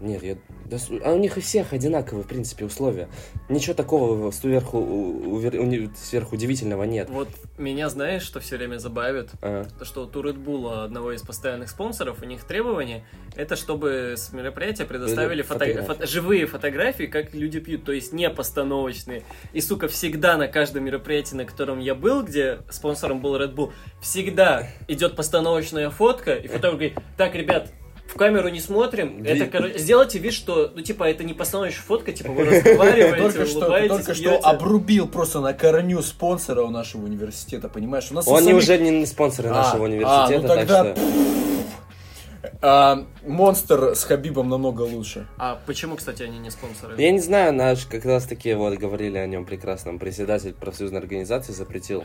D: Нет, я... да с- а у них и всех одинаковые, в принципе, условия. Ничего такого сверху, у- увер- уни- сверхудивительного нет.
C: Вот меня знаешь, что все время забавит?
D: А,
C: То, что вот у Red Bull, одного из постоянных спонсоров, у них требование, это чтобы с мероприятия предоставили
D: Люди-
C: фото-
D: фотографии.
C: фото- живые фотографии, как люди пьют, то есть не постановочные. И, сука, всегда на каждом мероприятии, на котором я был, где спонсором был Red Bull, всегда идет постановочная фотка, и фотограф говорит, так, ребят, в камеру не смотрим.
D: Ви-
C: Это, короче, сделайте вид, что, ну, типа, это не постановочная фотка, типа,
A: (laughs)
C: вы разговариваете,
A: Только что, ты
C: улыбаетесь,
A: только что
C: пьете.
A: обрубил просто на корню спонсора у нашего университета, понимаешь? У нас на
D: Они
A: самом-
D: уже не спонсоры
A: А,
D: нашего
A: а,
D: университета,
A: ну тогда
D: так что...
A: А, монстр с Хабибом намного лучше.
C: А почему, кстати, они не спонсоры?
D: Я не знаю, наш как раз таки вот говорили о нем прекрасном. Председатель профсоюзной организации запретил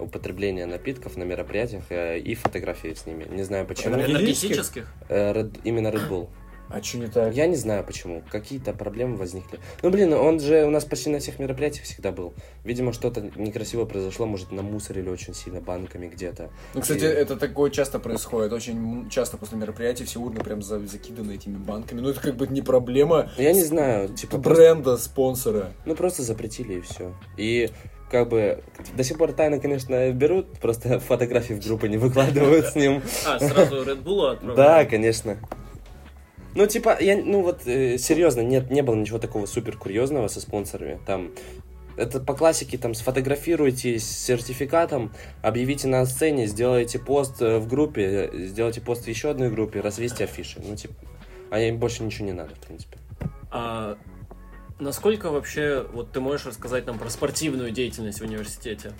D: употребление напитков на мероприятиях э, и фотографии с ними. Не знаю почему.
A: Энергетических?
C: Энергетических?
D: Э, Red- именно Red Bull.
A: А что не так?
D: Я не знаю почему. Какие-то проблемы возникли. Ну блин, он же у нас почти на всех мероприятиях всегда был. Видимо, что-то некрасиво произошло, может, намусорили очень сильно банками где-то.
A: Ну, кстати,
D: И-
A: это такое часто происходит. Очень м- часто после мероприятий все урны прям за- закиданы этими банками. Ну, это как бы не проблема
D: Я не знаю, типа просто-
A: бренда, спонсора.
D: Ну просто запретили и все. И как бы до сих пор тайно, конечно, берут, просто фотографии в группы не выкладывают с ним.
C: А, сразу Red Bull
D: Да,
C: отправляют?
D: конечно. Ну, типа, я, ну вот, э, серьезно, нет, не было ничего такого супер курьезного со спонсорами. Там, это по классике, там, сфотографируйте с сертификатом, объявите на сцене, сделайте пост э, в группе, э, сделайте пост в еще одной группе, развесьте афиши. Ну, типа, а им больше ничего не надо, в принципе.
C: А насколько вообще, вот ты можешь рассказать нам про спортивную деятельность в университете?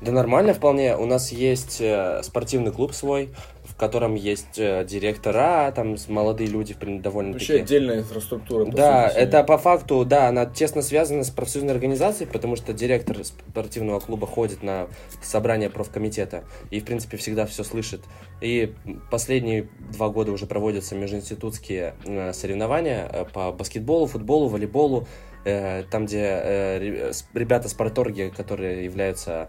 D: Да нормально вполне. У нас есть э, спортивный клуб свой, в котором есть э, директора, там с- молодые люди, в принципе,
A: Вообще
D: довольно-таки.
A: отдельная инфраструктура. по
D: Ну, Да,
A: сути,
D: это по факту, да, она тесно связана с профсоюзной организацией, потому что директор спортивного клуба ходит на собрание профкомитета и, в принципе, всегда все слышит. И последние два года уже проводятся межинститутские э, соревнования э, по баскетболу, футболу, волейболу, э, там, где э, ре- с- ребята спорторги, которые являются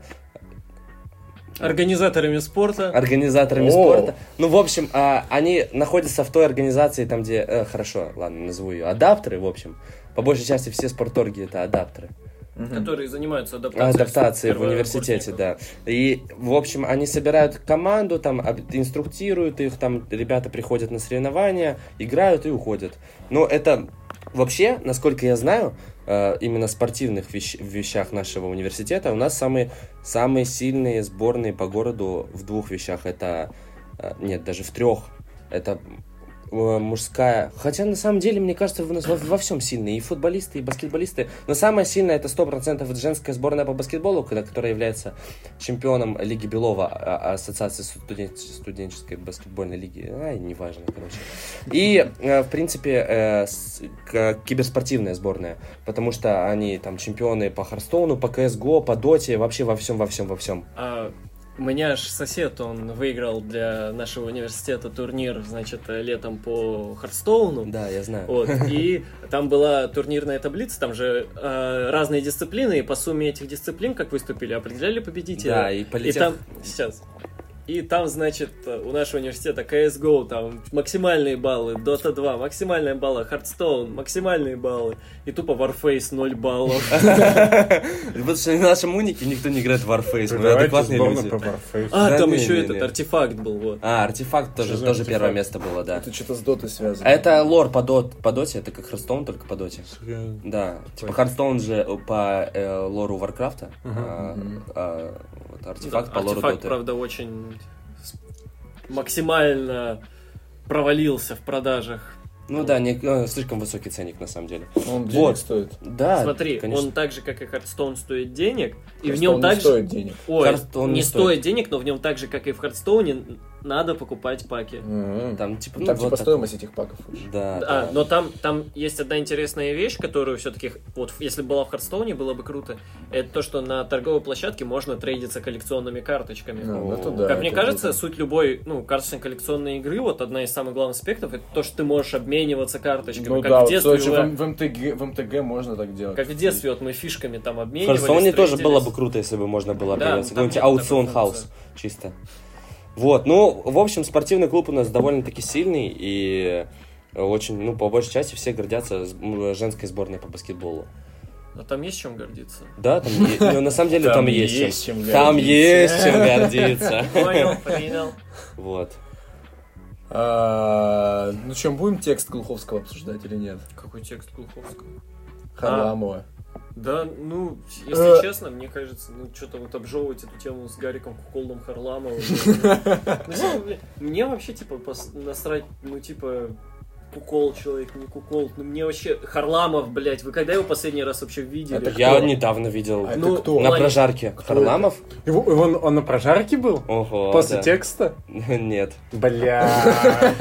C: Организаторами спорта?
D: организаторами
A: О.
D: спорта. Ну, в общем, а, они находятся в той организации, там, где... э, хорошо, ладно, назову ее адаптеры, в в общем. По большей части все спорторги — это адаптеры.
A: Мгм.
C: Которые занимаются адаптацией.
D: Адаптации в
C: первого
D: университете,
C: курсника.
D: да. И, в общем, они собирают команду, там, об- инструктируют их, там, ребята приходят на соревнования, играют и уходят. Но это вообще, насколько я знаю, э, именно спортивных вещ- в вещах нашего университета у нас самые, самые сильные сборные по городу в двух вещах. Это, э, нет, даже в трех. Это э, мужская. Хотя на самом деле, мне кажется, у нас во, во всем сильные. И футболисты, и баскетболисты. Но самое сильное это 100% это женская сборная по баскетболу, когда- которая является чемпионом Лиги Белова, а- Ассоциации студен- студенческой баскетбольной лиги. Ай, неважно, короче. И, э, в принципе, э, с- к- киберспортивная сборная. Потому что они там чемпионы по Харстоуну, по CSGO, по Доте, вообще во всем, во всем, во всем.
C: А, у меня аж сосед, он выиграл для нашего университета турнир, значит, э, летом по Хардстоуну.
D: Да, я знаю.
C: Вот, и там была турнирная таблица, там же э, разные дисциплины, и по сумме этих дисциплин, как выступили, определяли победителя.
D: Да, и полетел.
C: э, там, сейчас, и там, значит, э, у нашего университета CSGO, там максимальные баллы, Dota 2, максимальные баллы, Hearthstone, максимальные баллы, и тупо Warface 0
D: (laughs)
C: баллов.
D: Потому что на нашем унике никто не играет в Warface. Мы
B: Давайте
D: адекватные
B: сборную
D: люди.
B: по Warface.
C: А,
D: Да
C: там
D: не,
C: еще
D: не,
C: этот
D: не.
C: артефакт был, вот.
D: А, артефакт тоже,
B: Что за
D: тоже
B: артефакт?
D: первое место было, да. А
A: Это что-то с дотой связано.
D: Это лор по, дот, по доте, это как Хардстоун, только по доте.
B: Реально.
D: Да, типа Хардстоун же по э, лору Варкрафта, а,
A: Мгм.
D: а, вот артефакт
C: Да,
D: по лору
C: артефакт,
D: доты.
C: правда, очень с- максимально провалился в продажах.
D: Ну да, не, э, слишком высокий ценник на самом деле.
A: Он денег
D: Вот.
A: стоит.
D: Да,
C: Смотри,
D: А, конечно.
C: он так же, как и Хардстоун, стоит денег, и в
A: Просто
C: нем
A: он
C: также...
A: не стоит денег.
C: Ой,
D: Hearthstone
C: не
D: не
C: стоит.
D: стоит.
C: денег, но в нем так же, как и в Хардстоуне, надо покупать паки.
A: Мгм.
D: Там типа,
A: Ну,
D: ну,
A: Там
D: вот
A: типа
D: так.
A: стоимость этих паков.
D: Да,
C: А,
D: да.
C: но там, там есть одна интересная вещь, которую все-таки, вот если была в Хардстоуне, было бы круто. Это то, что на торговой площадке можно трейдиться коллекционными карточками.
A: Ну,
D: О.
A: это да,
C: Как мне
A: это
C: кажется,
A: круто.
C: суть любой, ну, карточной коллекционной игры, вот одна из самых главных аспектов, это то, что ты можешь обмениваться карточками.
A: Ну
C: как
A: да,
C: в
A: вот,
C: детстве,
A: короче, в,
C: вы-
A: М- в МТГ, в МТГ можно так делать.
C: как в детстве, вот мы фишками там
D: В
C: обменивались.
D: Хардстоуне тоже
C: трейдились.
D: было бы круто, если бы можно было
C: Да,
D: организовать
A: ну,
C: там
D: какой-нибудь
C: нет такой
D: аукцион хаус
C: функции.
D: чисто. Вот, ну, в общем, спортивный клуб у нас довольно-таки сильный и очень, ну, по большей части все гордятся с- м, женской сборной по баскетболу.
C: Но А там есть чем гордиться.
D: Да, там е-
A: (laughs)
D: ну, на самом деле
A: Там
D: там есть
A: есть
D: чем.
A: чем
D: Там
A: гордиться. (laughs)
D: есть чем гордиться.
C: Понял, понял.
D: Вот.
A: А, ну чем будем текст Глуховского обсуждать или нет?
C: Какой текст Глуховского?
A: Харламова.
C: Да, ну,
A: Э.
C: если честно, мне кажется, ну, что-то вот обжевывать эту тему с Гариком Куколдом
A: (laughs)
C: Харламовым. Ну, типа, блин, Мне вообще, типа, пос- насрать, ну, типа, кукол человек, не кукол. Ну, мне вообще... Харламов, блядь, вы когда его последний раз вообще видели?
A: Это
D: Я
A: кто?
D: недавно видел
A: А
C: Ну,
A: это кто?
D: на
C: ладно.
D: прожарке Харламов.
B: Его- его- он, на прожарке был?
D: Ого.
B: После
D: да.
B: текста?
D: (laughs) Нет.
C: (laughs)
B: Бля.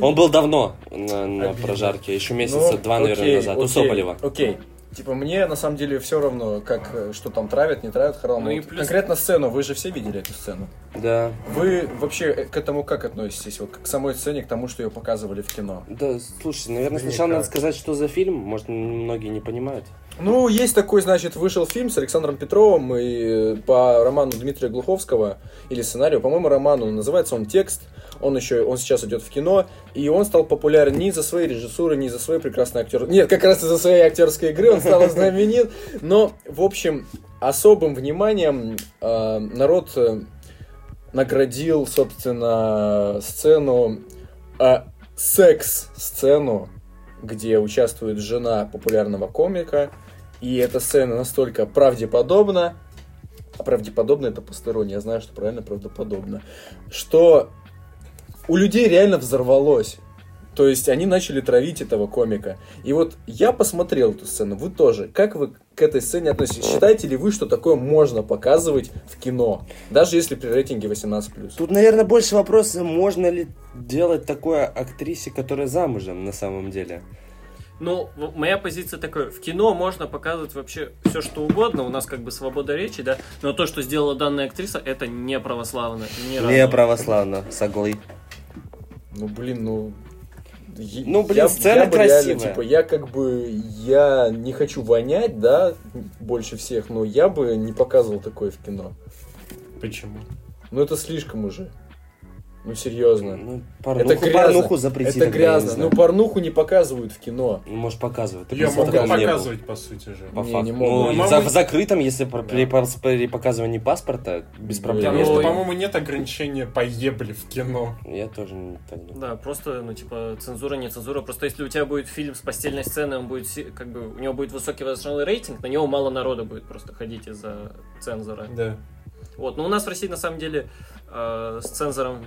D: Он был давно на, на
B: Обидно.
D: прожарке, еще месяца
A: Ну,
D: два, наверное,
A: окей,
D: назад. У
A: окей,
D: Соболева.
A: Окей. Типа мне на самом деле все равно, как э, что там травят, не травят Харламова.
C: Ну и
A: Вот
C: плюс-
A: Конкретно сцену, вы же все видели эту сцену.
D: Да.
A: Вы вообще э, к этому как относитесь? Вот к самой сцене, к тому, что ее показывали в кино?
D: Да, слушай, наверное,
B: Да
D: сначала надо
B: никак.
D: сказать, что за фильм. Может, м- многие не понимают.
A: Ну, есть такой, значит, вышел фильм с Александром Петровым и э, по роману Дмитрия Глуховского или сценарию, по-моему, роману, называется он «Текст», он еще, он сейчас идет в кино, и он стал популярен не из-за своей режиссуры, не из-за своей прекрасной актерской... Нет, как раз из-за своей актерской игры он стал знаменит, но, в общем, особым вниманием э, народ э, наградил, собственно, сцену, э, секс-сцену, где участвует жена популярного комика, и эта сцена настолько правдеподобна, а правдеподобно это посторонне, я знаю, что правильно правдоподобно, что у людей реально взорвалось. То есть они начали травить этого комика. И вот я посмотрел эту сцену, вы тоже. Как вы к этой сцене относитесь? Считаете ли вы, что такое можно показывать в кино? Даже если при рейтинге 18+.
D: Тут, наверное, больше вопроса, можно ли делать такое актрисе, которая замужем на самом деле.
C: Ну, в- моя позиция такая, в кино можно показывать вообще все, что угодно, у нас как бы свобода речи, да, но то, что сделала данная актриса, это не православно, ни разу.
D: Не православно, соглы.
A: Ну, блин, ну... е-
D: Ну, блин, сцена
A: бы реально,
D: красивая.
A: типа, я как бы, я не хочу вонять, да, больше всех, но я бы не показывал такое в кино.
B: Почему?
A: Ну, это слишком уже. Ну, серьезно.
D: Ну, порнуху,
A: это грязно.
D: порнуху запрети.
A: это
D: тогда, я
A: грязно.
D: не
A: Ну,
D: знаю.
A: порнуху не показывают в кино.
D: Ну, может, показывают. Ты
B: Я
D: просто
B: могу
D: там не был.
B: показывать, по сути же.
D: По
A: Не,
D: факту.
A: не
D: ну,
A: могут.
B: Ну,
D: за-
B: могут.
D: в закрытом, если пр-
A: Да. Ну,
D: при, пас- при показывании паспорта, без
A: Да.
D: проблем.
B: Потому
C: Ой.
B: что,
D: Я-
B: по-моему, нет ограничения поебли в кино.
D: Я тоже не так думаю.
C: Да, просто, ну, типа, цензура, не цензура. Просто если у тебя будет фильм с постельной сценой, он будет, си- как бы, у него будет высокий возрастной рейтинг, на него мало народа будет просто ходить из-за цензора.
B: Да.
C: Вот, но у нас в России, на самом деле, э, с цензором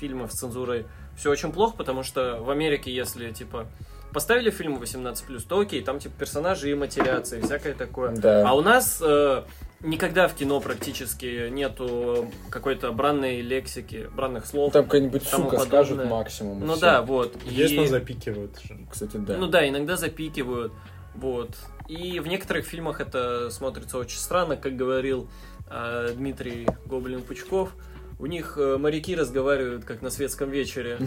C: фильмов, с цензурой все очень плохо, потому что в Америке, если, типа, поставили фильм 18+, то окей, там, типа, персонажи и матерятся, и всякое такое.
A: Да.
C: А у нас э, никогда в кино практически нету какой-то бранной лексики, бранных слов.
A: Там какая-нибудь
C: а тому
A: сука
C: подобное.
A: скажут максимум. и
C: ну
A: Ну, всё.
C: да, вот. И-
B: Есть, но запикивают же.
A: Кстати, да.
C: Ну да, иногда запикивают. Вот. И в некоторых фильмах это смотрится очень странно, как говорил э, Дмитрий Гоблин-Пучков. У них э, моряки разговаривают, как на светском
D: (laughs)
C: вечере.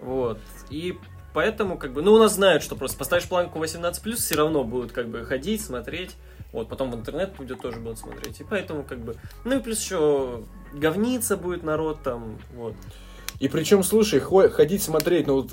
C: Вот. И поэтому, как бы, ну, у нас знают, что просто поставишь планку 18+, все равно будут, как бы, ходить, смотреть. Вот, потом в интернет будет тоже будут смотреть. И поэтому, как бы, ну и плюс еще говница будет народ там, вот.
A: И причем, слушай, хо- ходить смотреть, ну вот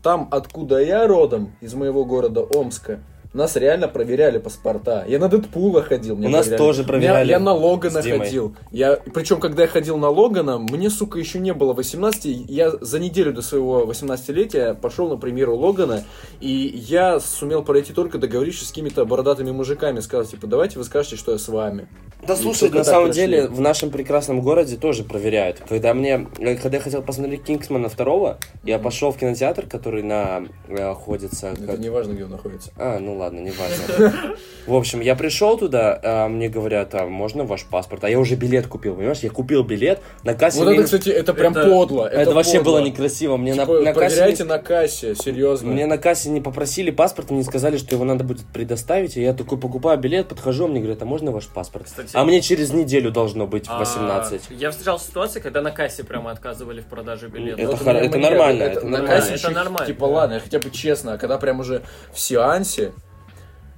A: там, откуда я родом, из моего города Омска, нас реально проверяли паспорта. Я на Дэдпула ходил. мне
D: У нас
A: проверяли.
D: тоже
A: Меня-
D: проверяли
A: Я на Логана
D: с Димой.
A: ходил. Я, причем, когда я ходил на Логана, мне, сука, еще не было 18. Я за неделю до своего 18-летия пошел на премьеру Логана, и я сумел пройти только договорившись с какими-то бородатыми мужиками. Сказал, типа, давайте вы скажете, что я с вами.
D: Да
A: И
D: слушай,
A: только
D: на
A: так
D: самом
A: прошли.
D: деле в нашем прекрасном городе тоже проверяют. Когда мне, э, когда я хотел посмотреть Кингсмана второго, я пошел в кинотеатр, который на э, находится.
A: Это
D: как-
A: не важно, где он находится.
D: А, ну ладно, не важно.
A: (laughs)
D: В общем, я пришел туда, а мне говорят, а можно ваш паспорт? А я уже билет купил, понимаешь? Я купил билет на кассе.
A: Вот это,
D: минус-
A: кстати, это прям
C: Это-
A: подло.
D: это, вообще было
A: подло.
D: некрасиво. Мне на-
A: Типа,
D: на, кассе
A: проверяйте
D: не-
A: на кассе, серьезно.
D: Мне на кассе не попросили паспорт, мне сказали, что его надо будет предоставить, и я такой покупаю билет, подхожу, а мне говорят, а можно ваш паспорт?
C: Кстати-
D: а мне через неделю должно быть
C: А,
D: 18.
C: Я встречал ситуации, когда на кассе прямо отказывали в продаже билетов.
D: Это
A: у
D: хор-
A: меня
D: это
A: манера,
D: нормально, это
A: на
D: нормально.
A: кассе
C: Да, это
A: ещё,
C: нормально.
A: Типа, ладно, я хотя бы честно, а когда прям уже в сеансе...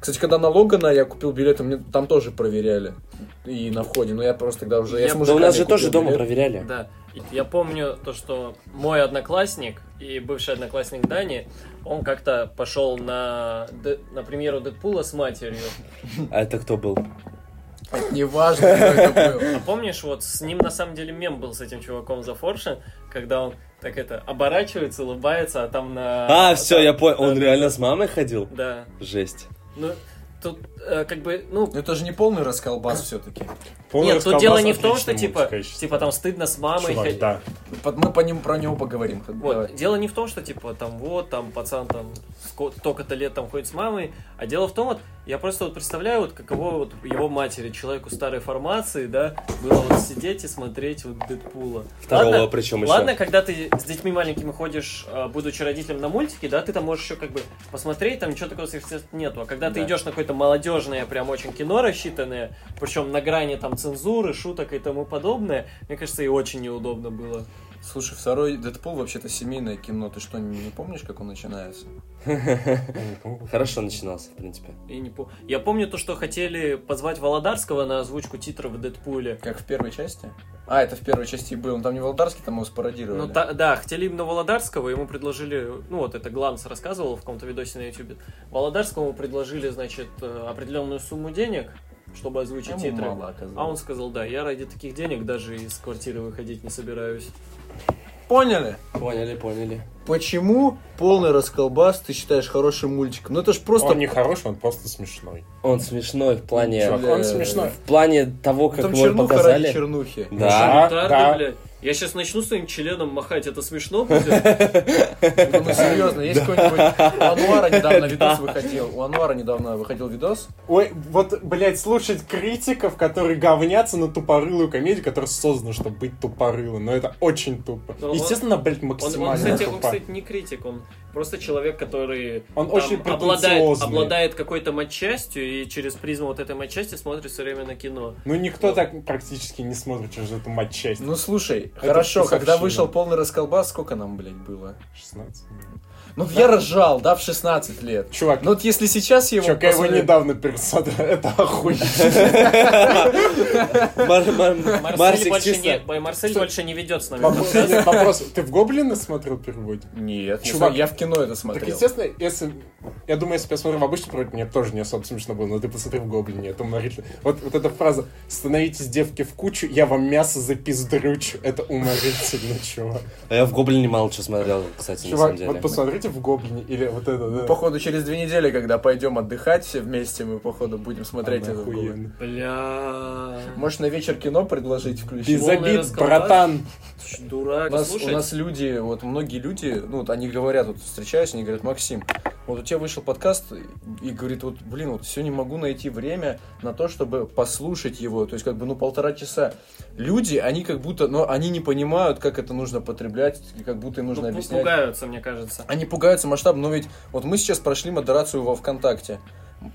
A: Кстати, когда на Логана я купил билеты, мне там тоже проверяли. И на входе, но я просто тогда уже... Я,
C: Я-
A: с
C: Да
D: Да у
A: мужиками
D: нас же
A: купил
D: тоже дома
A: билет.
D: проверяли.
C: Да. И я помню то, что мой одноклассник и бывший одноклассник Дани, он как-то пошел на, Дэ- на премьеру Дэдпула с матерью.
D: А это кто был?
A: Неважно, кто это был.
C: А помнишь, вот с ним на самом деле мем был с этим чуваком за Форши, когда он так это оборачивается, улыбается, а там на...
D: А, все, я понял. Он реально с мамой ходил?
C: Да.
D: Жесть.
C: Ну, тут э, как бы, ну,
A: Ну это же не полный расколбас все-таки.
B: Полный
C: нет, тут дело
B: расколбас
C: не в том, что
B: отличный
C: типа,
B: мультикачество.
C: типа там стыдно с мамой.
B: Чувак,
C: ходить.
B: да.
A: Мы по ним, про него поговорим.
C: Вот.
A: Давай.
C: Дело не в том, что типа там вот, там пацан там ско- только-то лет там ходит с мамой, а дело в том, вот я просто вот представляю, вот каково вот его матери, человеку старой формации, да, было вот сидеть и смотреть вот Дэдпула.
D: Второго
C: Ладно,
D: причем еще.
C: Ладно, когда ты с детьми маленькими ходишь, а, будучи родителем на мультике, да, ты там можешь еще как бы посмотреть, там ничего такого сверхъестественного нету. А когда ты
D: Да.
C: идешь на какое-то молодежное, прям очень кино рассчитанное, причем на грани там цензуры, шуток и тому подобное, мне кажется, и очень неудобно было.
A: Слушай, второй Дэдпул вообще-то семейное кино. Ты что, не, не помнишь, как он начинается?
B: Я не помню.
D: Хорошо начинался, в принципе.
C: Я, не пом- я помню то, что хотели позвать Володарского на озвучку титров в Дэдпуле.
A: Как в первой части? А, это в первой части и был. Он там не Володарский, там его спародировали.
C: Ну та- да, хотели именно Володарского, ему предложили, ну вот это Гланс рассказывал в каком-то видосе на ютубе, Володарскому предложили, значит, э, определенную сумму денег, чтобы озвучить
A: Ему
C: титры.
A: мало оказалось.
C: А он сказал, да, я ради таких денег даже из квартиры выходить не собираюсь.
A: Поняли?
D: Поняли, поняли.
A: Почему полный расколбас ты считаешь хорошим мультиком? Ну это ж просто...
B: Он не хороший, он просто смешной.
D: Он смешной в плане...
B: Чувак,
A: Бля.
B: он смешной.
D: В плане того, как
A: Там
D: его
A: чернуха ради
D: показали.
A: чернухи.
D: Да.
C: Элементарно,
B: да.
C: блядь. Я сейчас начну своим членом махать, это смешно будет?
A: Ну, ну, серьезно, есть какой-нибудь... У Ануара недавно видос выходил. У Ануара недавно выходил видос.
B: Ой, вот, блядь, слушать критиков, которые говнятся на тупорылую комедию, которая создана, чтобы быть тупорылой, но это очень тупо.
C: Но он-
B: Естественно, блядь,
C: Он,
B: максимально
C: он, кстати,
B: тупо.
C: он, кстати, не критик, он просто человек, который
B: Он
C: там
B: очень
C: обладает,
B: претенциозный.
C: обладает какой-то матчастью и через призму вот этой матчасти смотрит все время на кино.
B: Ну, никто так практически не смотрит через эту матчасть.
A: Ну слушай, хорошо, когда
B: вкусовщина.
A: вышел полный расколбас, сколько нам, блядь, было?
B: 16.
A: Ну я рожал, да, в 16 лет.
B: Чувак,
A: Ну вот если сейчас я его...
B: чувак, я его
A: посмотрю-
B: недавно пересмотрел, (laughs) это охуенно.
D: Мар- мар-
C: Марсель,
D: Марсик
C: больше,
D: чисто-
C: не, Бай- Марсель больше не ведет с нами.
B: Вопрос, нет, вопрос, ты в Гоблина смотрел переводе?
A: Нет,
B: Чувак.
A: чувак, я в кино это
B: Так,
A: смотрел.
B: естественно, если... Я думаю, если бы я смотрел в обычный перевод, мне тоже не особо смешно было, но ты посмотри в Гоблине, это уморительно. Вот, вот эта фраза «Становитесь, девки, в кучу, я вам мясо запиздрючу». Это уморительно, (laughs) чувак.
D: А Я в Гоблине мало что смотрел, кстати, на
B: Чувак,
D: самом
B: вот
D: деле.
B: посмотрите в Гоблине или вот это, да.
A: Походу, через две недели, когда пойдем отдыхать все вместе, мы, походу, будем смотреть этот голый.
B: Охуенно.
C: Бля.
A: Можешь на вечер кино предложить
B: Без
A: включить?
C: Полный
B: обид,
C: расколбас.
B: братан.
C: Слушай, Дурак,
A: У нас,
C: слушай.
A: у нас люди, вот многие люди, ну, вот они говорят, вот встречаюсь, они говорят, Максим, вот у тебя вышел подкаст, и и говорит, вот, блин, вот все не могу найти время на то, чтобы послушать его, то есть, как бы, ну, полтора часа. Люди, они как будто, но они не понимают, как это нужно потреблять, как будто им
C: Ну,
A: нужно
C: пу-
A: объяснять.
C: пугаются, мне кажется.
A: Они пугаются масштаба, но ведь вот мы сейчас прошли модерацию во ВКонтакте.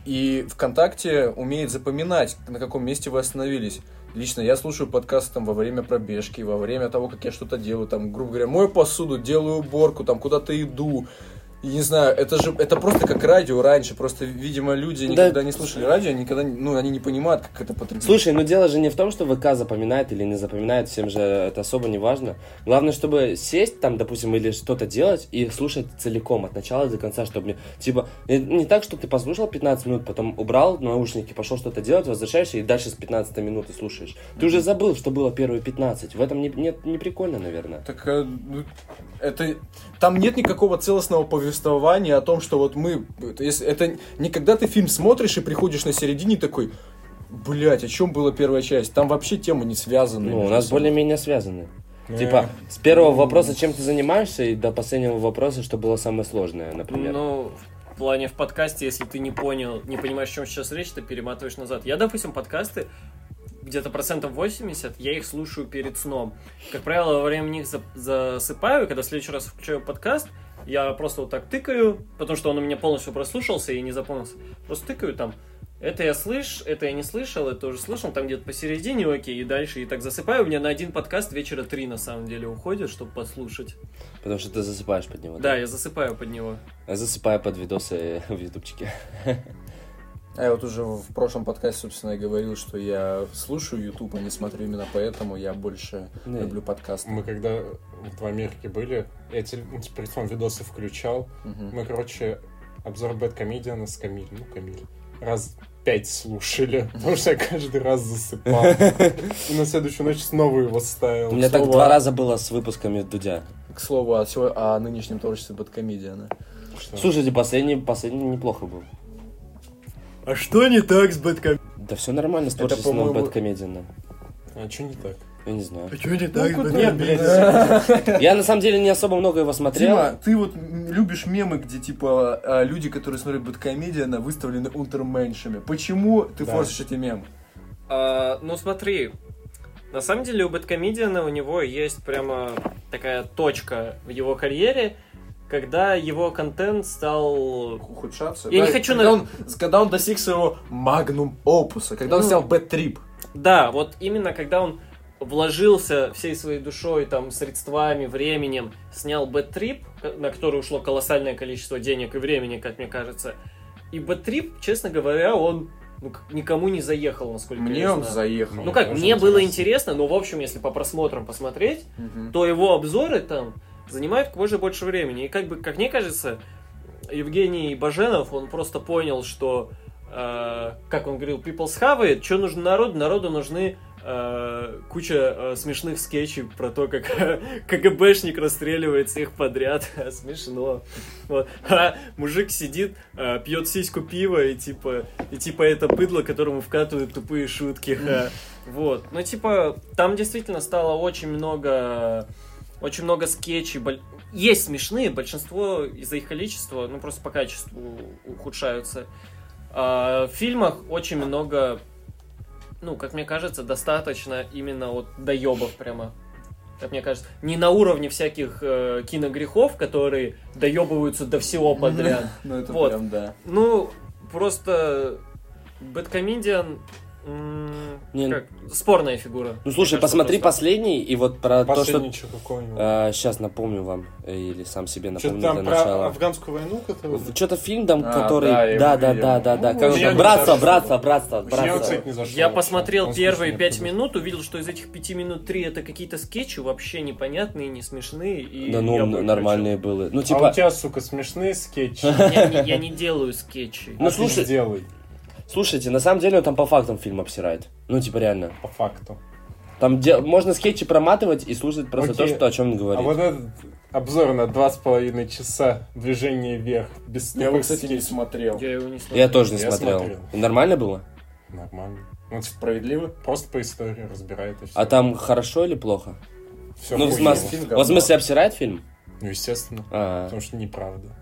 A: И ВКонтакте умеет запоминать, на каком месте вы остановились. Лично я слушаю подкаст там во время пробежки, во время того, как я что-то делаю, там, грубо говоря, мою посуду, делаю уборку, там, куда-то иду. И не знаю, это же, это просто как радио раньше, просто, видимо, люди
D: Да.
A: никогда не слушали радио, никогда, не- ну, они не понимают, как это потреблять.
D: Слушай, ну дело же не в том, что ВК запоминает или не запоминает, всем же это особо не важно. Главное, чтобы сесть там, допустим, или что-то делать и слушать целиком, от начала до конца, чтобы не- типа, не- не так, что ты послушал 15 минут, потом убрал наушники, пошел что-то делать, возвращаешься и дальше с 15 минуты слушаешь. Ты уже забыл, что было первые 15. В этом не, нет, не прикольно, наверное.
A: Так э, ну, это там нет никакого целостного повествования о том, что вот мы. то есть это не когда ты фильм смотришь и приходишь на середине и такой. Блять, о чем была первая часть? Там вообще темы не связаны.
D: Ну, у
A: между
D: нас
A: собой.
D: более-менее связаны. Типа, с первого вопроса, чем ты занимаешься, и до последнего вопроса, что было самое сложное, например.
C: Ну, в плане в подкасте, если ты не понял, не понимаешь, о чем сейчас речь, ты перематываешь назад. Я, допустим, подкасты где-то процентов 80, я их слушаю перед сном. Как правило, во время них за- засыпаю, и когда в следующий раз включаю подкаст, я просто вот так тыкаю, потому что он у меня полностью прослушался и не запомнился. Просто тыкаю там, это я слыш, это я не слышал, это уже слышал, там где-то посередине, окей, и дальше, и так засыпаю. У меня на один подкаст вечера три, на самом деле, уходит, чтобы послушать.
D: Потому что ты засыпаешь под него.
C: Да, я засыпаю под него.
D: А Засыпаю под видосы (laughs) в ютубчике.
A: А я вот уже в прошлом подкасте, собственно, и говорил, что я слушаю YouTube, а не смотрю именно поэтому я больше
D: Да.
A: люблю подкасты.
B: Э, Мы когда вот в Америке были, я теле- ну, телефон видосы включал,
A: Мгм.
B: мы, короче, обзор Бэткомедиана с Камиль, ну, Камиль, раз пять слушали, (laughs) потому что я каждый раз засыпал. И на следующую ночь снова его ставил.
D: У меня так
A: Слово.
D: два раза было с выпусками Дудя.
A: К слову, о, сего- о нынешнем творчестве Бэткомедиана.
B: Что?
D: Слушайте, последний, последний неплохо был.
A: А что не так с Бэткомедианом?
D: Да все нормально с
A: Это,
D: творчеством
A: по-моему-
D: Бэткомедиана.
B: А что не так?
D: Я не знаю.
A: А что не так с
B: Нет,
A: Бэткомедианом?
B: блин.
D: (laughs) Я на самом деле не особо много его смотрел.
A: Дима, ты вот м, любишь мемы, где типа а, люди, которые смотрят Бэткомедиана, выставлены унтерменшами. Почему ты
B: Да.
A: форсишь эти мемы?
C: А, ну смотри, на самом деле у Бэткомедиана у него есть прямо такая точка в его карьере, когда его контент стал...
A: Ухудшаться?
C: Я
A: Да,
C: не хочу
A: когда,
C: на-
A: он, когда он достиг своего магнум опуса, когда он
C: Ну.
A: снял Бэттрип.
C: Да, вот именно когда он вложился всей своей душой, там, средствами, временем, снял Бэттрип, на который ушло колоссальное количество денег и времени, как мне кажется. И Бэттрип, честно говоря, он ну, к- никому не заехал, насколько
A: Мне
C: я
A: он
C: знаю.
A: заехал.
C: Ну как,
D: Тоже
C: мне было
D: интересно.
C: интересно, но в общем, если по просмотрам посмотреть,
A: Мгм.
C: то его обзоры там занимают как можно больше времени. И как бы, как мне кажется, Евгений Баженов, он просто понял, что, э, как он говорил, people's have it, что нужно народу? Народу нужны э, куча э, смешных скетчей про то, как (laughs) КГБшник расстреливает всех подряд. (laughs) Смешно. Вот. (laughs) А мужик сидит, э, пьет сиську пива и типа, и типа это пыдло, которому вкатывают тупые шутки. Ха. Вот. Ну, типа, там действительно стало очень много... Очень много скетчей. боль- Есть смешные, большинство из-за их количества, ну, просто по качеству ухудшаются. А в фильмах очень много, ну, как мне кажется, достаточно именно вот доебов прямо. Как мне кажется, не на уровне всяких э, киногрехов, которые доебываются до всего подряд.
A: (laughs) Ну это
C: Вот.
A: прям да.
C: Ну, просто Бэткомедиан м,
D: Не,
C: как, спорная фигура.
D: Ну слушай,
C: Мне кажется,
D: посмотри
C: просто.
D: последний, и вот про
B: Последний
D: А то,
B: что какой-нибудь.
D: что... сейчас напомню вам, э, или сам себе
B: Что-то
D: напомню для
B: там про
D: начала.
B: афганскую войну, которую...
D: Что-то фильм там,
A: А,
D: который...
A: да, я
D: Да,
A: его
D: да,
A: видел.
D: да, да, да.
B: Ну,
D: как же
B: меня
D: там?
B: не
D: Братство,
B: зашло.
D: братство, братство,
B: Мне он,
D: братство.
B: кстати, не зашел. вообще.
C: Я
B: А
C: посмотрел
B: Он
C: первые
B: смешной,
C: пять
B: правда.
C: минут, увидел, что из этих пяти минут три это какие-то скетчи вообще непонятные, не смешные. И
D: Да
C: я
D: ну,
C: выключил.
D: нормальные были. Ну,
B: А у
D: типа...
B: тебя, сука, смешные
D: (laughs)
B: скетчи.
C: Я, не- я не делаю скетчи.
D: Ну,
B: Ну,
D: слушай-
B: слушай. Сделай,
D: Слушайте, на самом деле он там по фактам фильм обсирает. Ну, типа, реально.
B: по факту.
D: Там де- можно скетчи проматывать и слушать просто
B: Окей.
D: то, что, о чем он говорит.
B: А вот этот обзор на два с половиной часа движения вверх без
A: Я его,
B: тупых
A: кстати, не
B: скетчей.
A: смотрел.
C: Ну, Я его не смотрю.
D: Я тоже не
B: Я
D: смотрел.
B: смотрел.
D: И Нормально было?
B: Нормально. Он типа,
A: Справедливо?
B: просто по истории разбирает и все.
D: А там хорошо или плохо?
B: Всё
D: ну, в
B: хуево.
D: смысле,
A: Фильм
D: вот в смысле обсирает фильм?
B: Ну, естественно.
D: А.
B: Потому что неправда.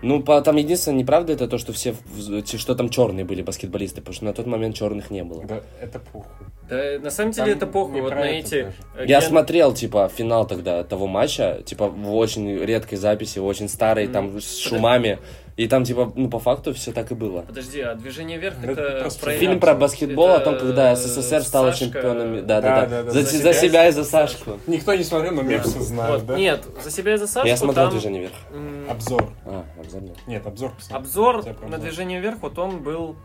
D: Ну, по- там единственное неправда это то, что все, в- те- что там черные были баскетболисты, потому что на тот момент черных не было.
B: Да, это похуй.
C: Да, на самом деле
B: Там
C: это похуй.
B: не
C: Вот
B: про
C: на
B: это
C: эти...
B: даже.
C: э,
D: Я
C: ген-
D: смотрел, типа, финал тогда того матча, типа, в очень редкой записи, очень старой,
C: Мгм.
D: там, с шумами. И там, типа, ну, по факту все так и было.
C: Подожди, а «Движение вверх»
B: Да,
C: это...
B: просто
C: про-
D: Фильм про баскетбол, о том,
C: Это,
D: когда СССР стала
C: Э, Сашка-
D: чемпионами. Да, да, да.
B: Да-да-да,
D: За,
B: за
D: те-
B: себя
D: за себя и за Сашку.
B: Никто не смотрел, но мем все
C: Вот,
B: знают, да?
C: Нет, «За себя и за Сашку»
D: Я смотрел
C: там,
D: движение вверх.
C: м,
B: Обзор.
D: А, обзор нет.
B: Нет, обзор. посмотри.
C: Обзор
B: Я помню.
C: на движение вверх, вот он был...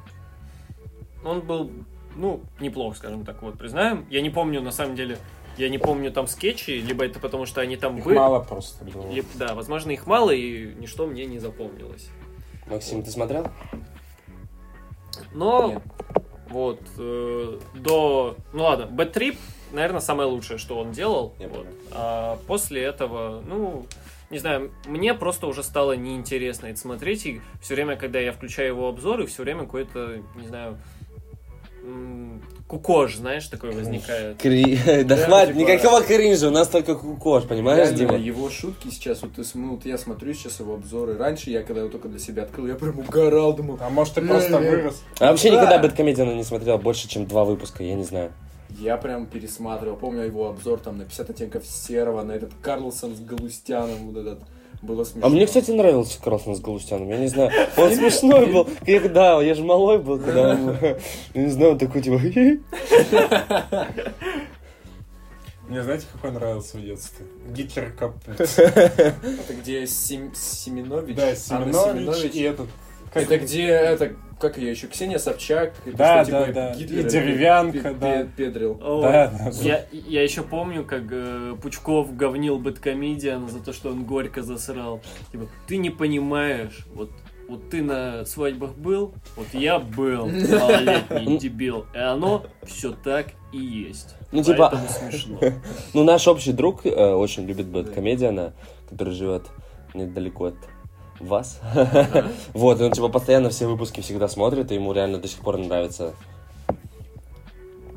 C: Он был, ну, неплох, скажем так, вот, признаем. Я не помню, на самом деле, я не помню там скетчи, либо это потому, что они там
B: Их
C: были.
B: мало просто было.
C: Либо- да, возможно, их мало, и ничто мне не запомнилось.
D: Максим, ты смотрел?
C: Но,
A: Нет.
C: вот, э, до... Ну ладно, Бэтрип, наверное, самое лучшее, что он делал.
D: Я
C: вот.
D: понял.
C: А после этого, ну, не знаю, мне просто уже стало неинтересно это смотреть. И все время, когда я включаю его обзоры, все время какой-то, не знаю, м, кукож, знаешь, такой возникает.
D: Кри- (laughs) Да
A: Да,
D: хватит,
A: типа-
D: никакого кринжа, у нас только кукош, понимаешь,
A: Реально,
D: Дима?
A: его шутки сейчас, вот, ты см- вот я смотрю сейчас его обзоры. Раньше я, когда его только для себя открыл, я прям угорал, думал,
B: А может, ты
A: Не,
B: просто
A: не.
B: вырос?
D: А вообще
A: Да.
D: никогда Бэткомедиана не смотрел больше, чем два выпуска, я не знаю.
A: Я прям пересматривал. Помню его обзор там на 50 оттенков серого, на этот Карлсон с Галустяном, вот этот. Было смешно.
D: А мне, кстати, нравился Карлсон с Галустяном, я не знаю. Он смешной был, когда, я же малой был, когда он, я не знаю, он такой типа... (laughs)
B: Мне знаете, какой нравился в детстве? Гитлер (laughs) Капут.
A: Это где Сем- Семенович?
B: Да,
A: Анна
B: Семенович и этот... как-
A: Это где, это, как ее еще, Ксения Собчак? это
B: Да,
A: что,
B: да,
A: типа,
B: да.
A: Гитлера
B: И Деревянка,
A: пе- пе-
B: да.
A: Педрил.
C: О,
B: Да, да, да.
C: я, я еще помню, как э, Пучков говнил Бэткомедиана за то, что он горько засрал. Типа, ты не понимаешь, вот, вот ты на свадьбах был, вот я был, малолетний дебил. И оно все так и есть.
D: Ну, типа-
C: Поэтому смешно.
D: Ну, наш общий друг э, очень любит Бэткомедиана, который живет недалеко от вас. (laughs) Вот, и он, типа, постоянно все выпуски всегда смотрит, и ему реально до сих пор нравится.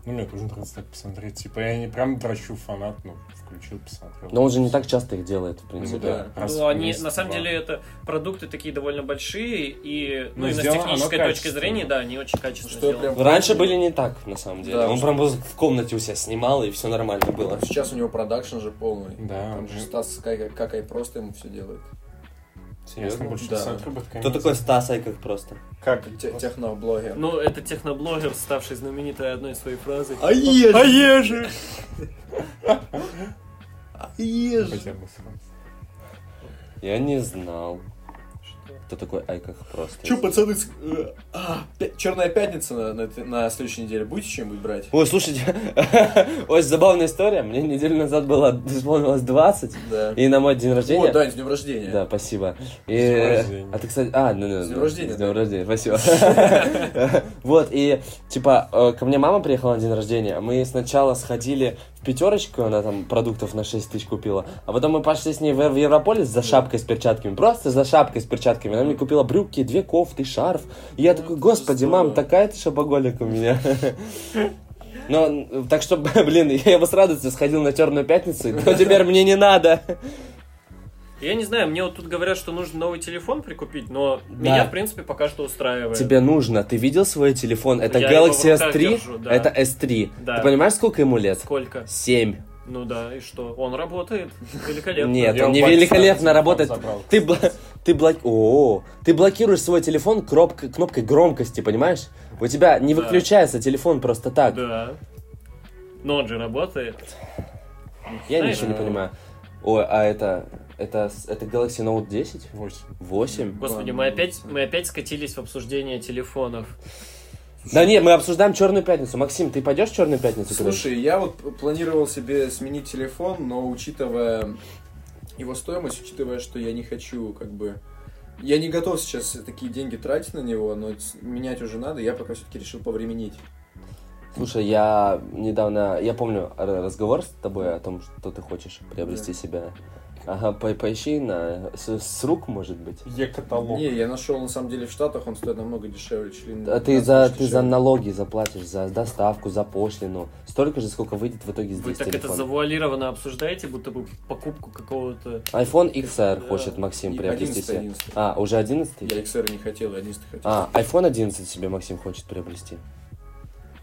B: Ну, мне тоже нравится так посмотреть. Типа, я не прям дрочу фанат, ну, включил, посмотрел.
D: Но он же не так часто их делает, в принципе.
B: да. Раз
C: Ну,
B: в
C: они,
B: месяц,
C: на самом
B: два.
C: деле, это продукты такие довольно большие, и, ну,
B: Ну,
C: именно с
B: сделано
C: технической
B: оно
C: точки
B: качественно.
C: зрения, да, они очень качественно
A: Что я
C: сделаны.
A: прям-
D: Раньше были не так, на самом деле.
A: Да.
D: Он прям в комнате у себя снимал, и все нормально было.
A: Сейчас у него продакшн же полный.
B: Да,
A: Там
B: он
A: же
B: же-
A: Стас Какай, Какай просто ему все делает.
D: Серьезно?
B: Если больше
A: Да.
B: смотрю, будет
D: Кто
B: комедия.
D: такой Стас Айков просто?
B: Как?
A: Те- Техноблогер.
C: Ну, это техноблогер, ставший знаменитой одной своей фразой. типа,
A: А ешь!
B: А ежи!
A: А ешь!
B: Хотя бы сразу.
D: Я не знал,
C: Что?
D: кто такой Айков просто.
A: Че, пацаны, с- э, а, пя- Черная пятница на, на этой- на следующей неделе будете чем-нибудь брать?
D: Ой, слушайте, (laughs) очень забавная история. Мне неделю назад было исполнилось 20,
A: Да.
D: и на мой день рождения...
A: О, Дань, с днем рождения.
D: Да, спасибо. И-
B: С днем рождения.
D: А ты, кстати... А, ну, ну,
A: С днем
D: ну,
A: рождения,
D: С днем
A: да.
D: рождения, спасибо. Вот, и, типа, э, ко мне мама приехала на день рождения. Мы сначала сходили в пятерочку, она там продуктов на 6 тысяч купила. А потом мы пошли с ней в в Европолис за шапкой с перчатками. Просто за шапкой с перчатками. Она мне купила брюки, две кофты, шарф. И я
C: Ну,
D: такой,
C: это
D: господи, мам,
C: здорово».
D: такая ты шапоголик у меня. (laughs) Ну, э, так что, (laughs) блин, я бы с радостью сходил на Черную Пятницу, но теперь мне не надо.
C: Я не знаю, мне вот тут говорят, что нужно новый телефон прикупить, но
D: Да.
C: меня, в принципе, пока что устраивает.
D: Тебе нужно. Ты видел свой телефон? Это
C: Типа, Я его в
D: Galaxy
C: руках
D: S3.
C: держу, да.
D: Это S3.
C: Да.
D: Ты понимаешь, сколько ему лет?
C: Сколько?
D: 7.
C: Ну да, и что? Он работает великолепно.
D: Нет,
B: Я
D: он
B: у
D: не
B: Пакистана
D: великолепно
B: телефон
D: работает.
B: забрал.
D: Ты, бла- ты, блок... О, ты блокируешь свой телефон кропк- кнопкой громкости, понимаешь? У тебя не
C: Да.
D: выключается телефон просто так.
C: Да. Но он же работает.
D: Я
C: Знаешь,
D: ничего не
B: э,
D: понимаю. Ой, а это... Это, с- это Galaxy Note 10?
B: Восемь.
D: 8?
C: Господи, мы опять, мы опять скатились в обсуждение телефонов.
D: Да нет, мы обсуждаем Черную Пятницу. Максим, ты пойдешь в Черную Пятницу?
A: Слушай, я вот п- планировал себе сменить телефон, но учитывая его стоимость, учитывая, что я не хочу, как бы... Я не готов сейчас такие деньги тратить на него, но ц- менять уже надо, я пока все-таки решил повременить.
D: Слушай, я недавно, я помню р- разговор с тобой о том, что ты хочешь приобрести себе. Ага, по- поищи на с, с рук, может быть.
B: Е-каталог.
A: Не, я нашел на самом деле в Штатах, он стоит намного дешевле, чем...
D: А ты за ты за налоги заплатишь, за доставку, за пошлину. Столько же, сколько выйдет в
C: Вы
D: итоге здесь
C: так это
D: телефон.
C: завуалированно обсуждаете, будто бы покупку какого-то...
D: iPhone
C: Да.
D: XR хочет Максим
A: И
D: приобрести
A: 11,
D: себе.
A: 11.
D: А, уже 11?
A: Я XR не хотел, я 11 хотел.
D: А, iPhone 11 себе Максим хочет приобрести. (laughs)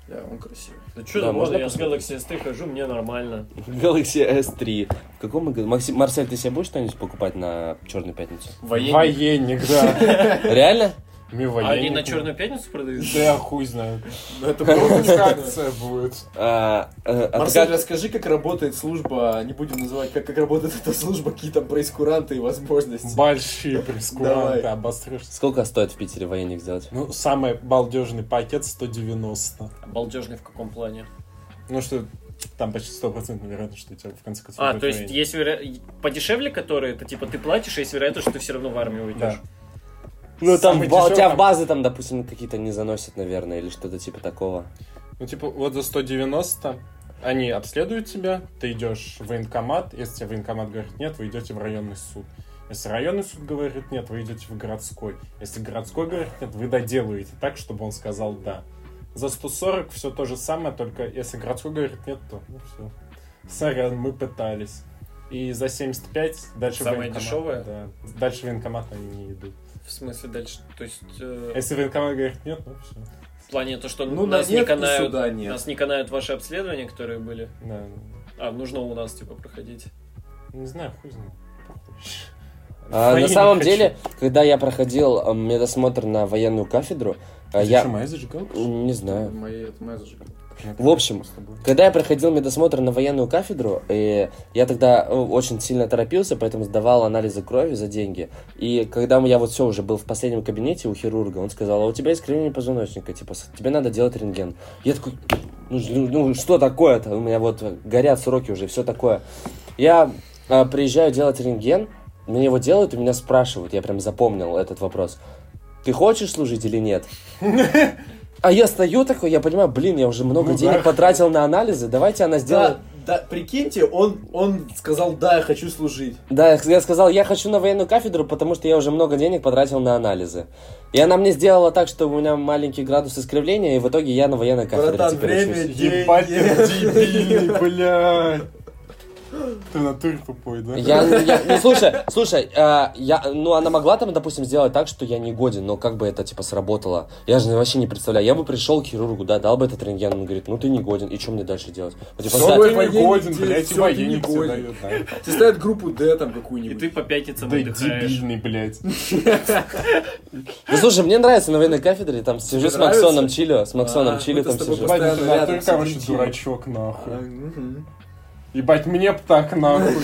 A: Да, он красивый.
C: Да что
D: Да,
C: там,
D: можно
C: я с
D: посмотреть?
C: Galaxy S3 хожу, мне нормально.
D: Galaxy S3. В каком мы году? Максим, Марсель, ты себе будешь что-нибудь покупать на Черную Пятницу?
B: Военник, (laughs) да.
D: Реально?
B: Ми
C: А они на
B: военник.
C: Черную Пятницу продаются?
B: Да я хуй знаю.
C: (laughs)
A: Ну, это
B: Какая
A: просто...
B: акция будет?
D: А, э, а ты
A: Марсель,
D: как-
A: расскажи, как работает служба, не будем называть, как, как работает эта служба, какие там проискуранты и возможности.
B: Большие прескуранты,
A: Давай.
B: обостришься.
D: Сколько стоит в Питере военник сделать?
B: Ну, самый балдежный пакет 190.
C: Балдежный в каком плане?
B: Ну что, там почти стопроцентная вероятность, что у тебя в конце концов...
C: А,
B: будет
C: то есть
B: военник.
C: есть веро... подешевле которые, это типа ты платишь, а есть вероятность, что ты все равно в армию уйдешь.
B: Да.
D: Ну, там,
B: Самый
D: ба- у
B: дешевый
D: тебя в
B: там-
D: базы там, допустим, какие-то не заносят, наверное, или что-то типа такого.
B: Ну, типа, вот за 190 они обследуют тебя, ты идешь в военкомат, если тебе военкомат говорит нет, вы идете в районный суд. Если районный суд говорит нет, вы идете в городской. Если городской говорит нет, вы доделываете так, чтобы он сказал да. За 140 все то же самое, только если городской говорит нет, то ну все. Сорян, мы пытались. И за 75 дальше
C: Самое
B: военкомат-
C: дешевое?
B: Да. Дальше военкомат они не идут.
C: В смысле дальше? То есть э,
B: Если военкомат говорит нет, ну все.
C: в плане то, что
A: Ну,
C: нас
A: на
C: не
A: нет и
C: канают...
A: сюда нет.
C: Нас не канают ваши обследования, которые были.
B: Да. ну.
C: А, нужно у нас, типа, проходить.
B: Не знаю, хуй знает. Похуй.
D: А, на
B: Военный
D: самом
B: хочу.
D: деле, когда я проходил э, медосмотр на военную кафедру, э,
B: Это что,
D: я...
B: моя зажигалка?
D: Не знаю.
A: Мои это месседжи.
D: В общем, когда я проходил медосмотр на военную кафедру, и я тогда э, очень сильно торопился, поэтому сдавал анализы крови за деньги. И когда я вот все уже был в последнем кабинете у хирурга, он сказал, а у тебя искривление позвоночника, типа, с- тебе надо делать рентген. Я такой, ну, ж- ну, ну, что такое-то? У меня вот горят сроки уже, все такое. Я э, приезжаю делать рентген, мне его делают, и меня спрашивают, я прям запомнил этот вопрос. Ты хочешь служить
B: (laughs)
D: или нет? А я стою такой, я понимаю, блин, я уже много
B: Ну
D: денег
B: да.
D: потратил на анализы, давайте она сделает.
A: Да, да, прикиньте, он, он сказал, да, я хочу служить.
D: Да, я- я сказал, я хочу на военную кафедру, потому что я уже много денег потратил на анализы. И она мне сделала так, что у меня маленький градус искривления, и в итоге я на военной кафедре
A: Братан,
D: теперь
A: время
D: учусь.
A: Деньги.
B: Ебать, ты дебильный, блядь. Ты в натуре тупой, да?
D: Я, я- ну слушай, слушай, э, я, ну она могла там, допустим, сделать так, что я не годен, но как бы это типа сработало? Я же вообще не представляю. Я бы пришел к хирургу, да, дал бы этот рентген, он говорит, ну ты не годен, и что мне дальше делать? Вот, типа,
A: Всё,
D: да,
A: Ой,
B: Всё, ты не
A: военник
B: годен,
A: тебе,
B: блядь, и
A: всё, ты не
B: военник тебе
A: годен.
B: дает, да.
A: Тебе ставят группу Д там
C: И
A: какую-нибудь.
C: ты по пятницам
B: Да и
C: отдыхаешь.
B: дебильный, блядь.
D: ну, слушай, мне нравится на военной кафедре, там сижу с
A: нравится?
D: Максоном Чилю, с Максоном
A: А,
D: Чилю
A: мы-то
D: там
A: с тобой
D: сижу.
A: пос-
B: Ебать, ты в
A: Постоянно
B: натуре,
A: рядом
B: короче,
A: сидит.
B: дурачок,
A: А,
B: нахуй.
A: мгм.
B: Ебать, мне б так, нахуй.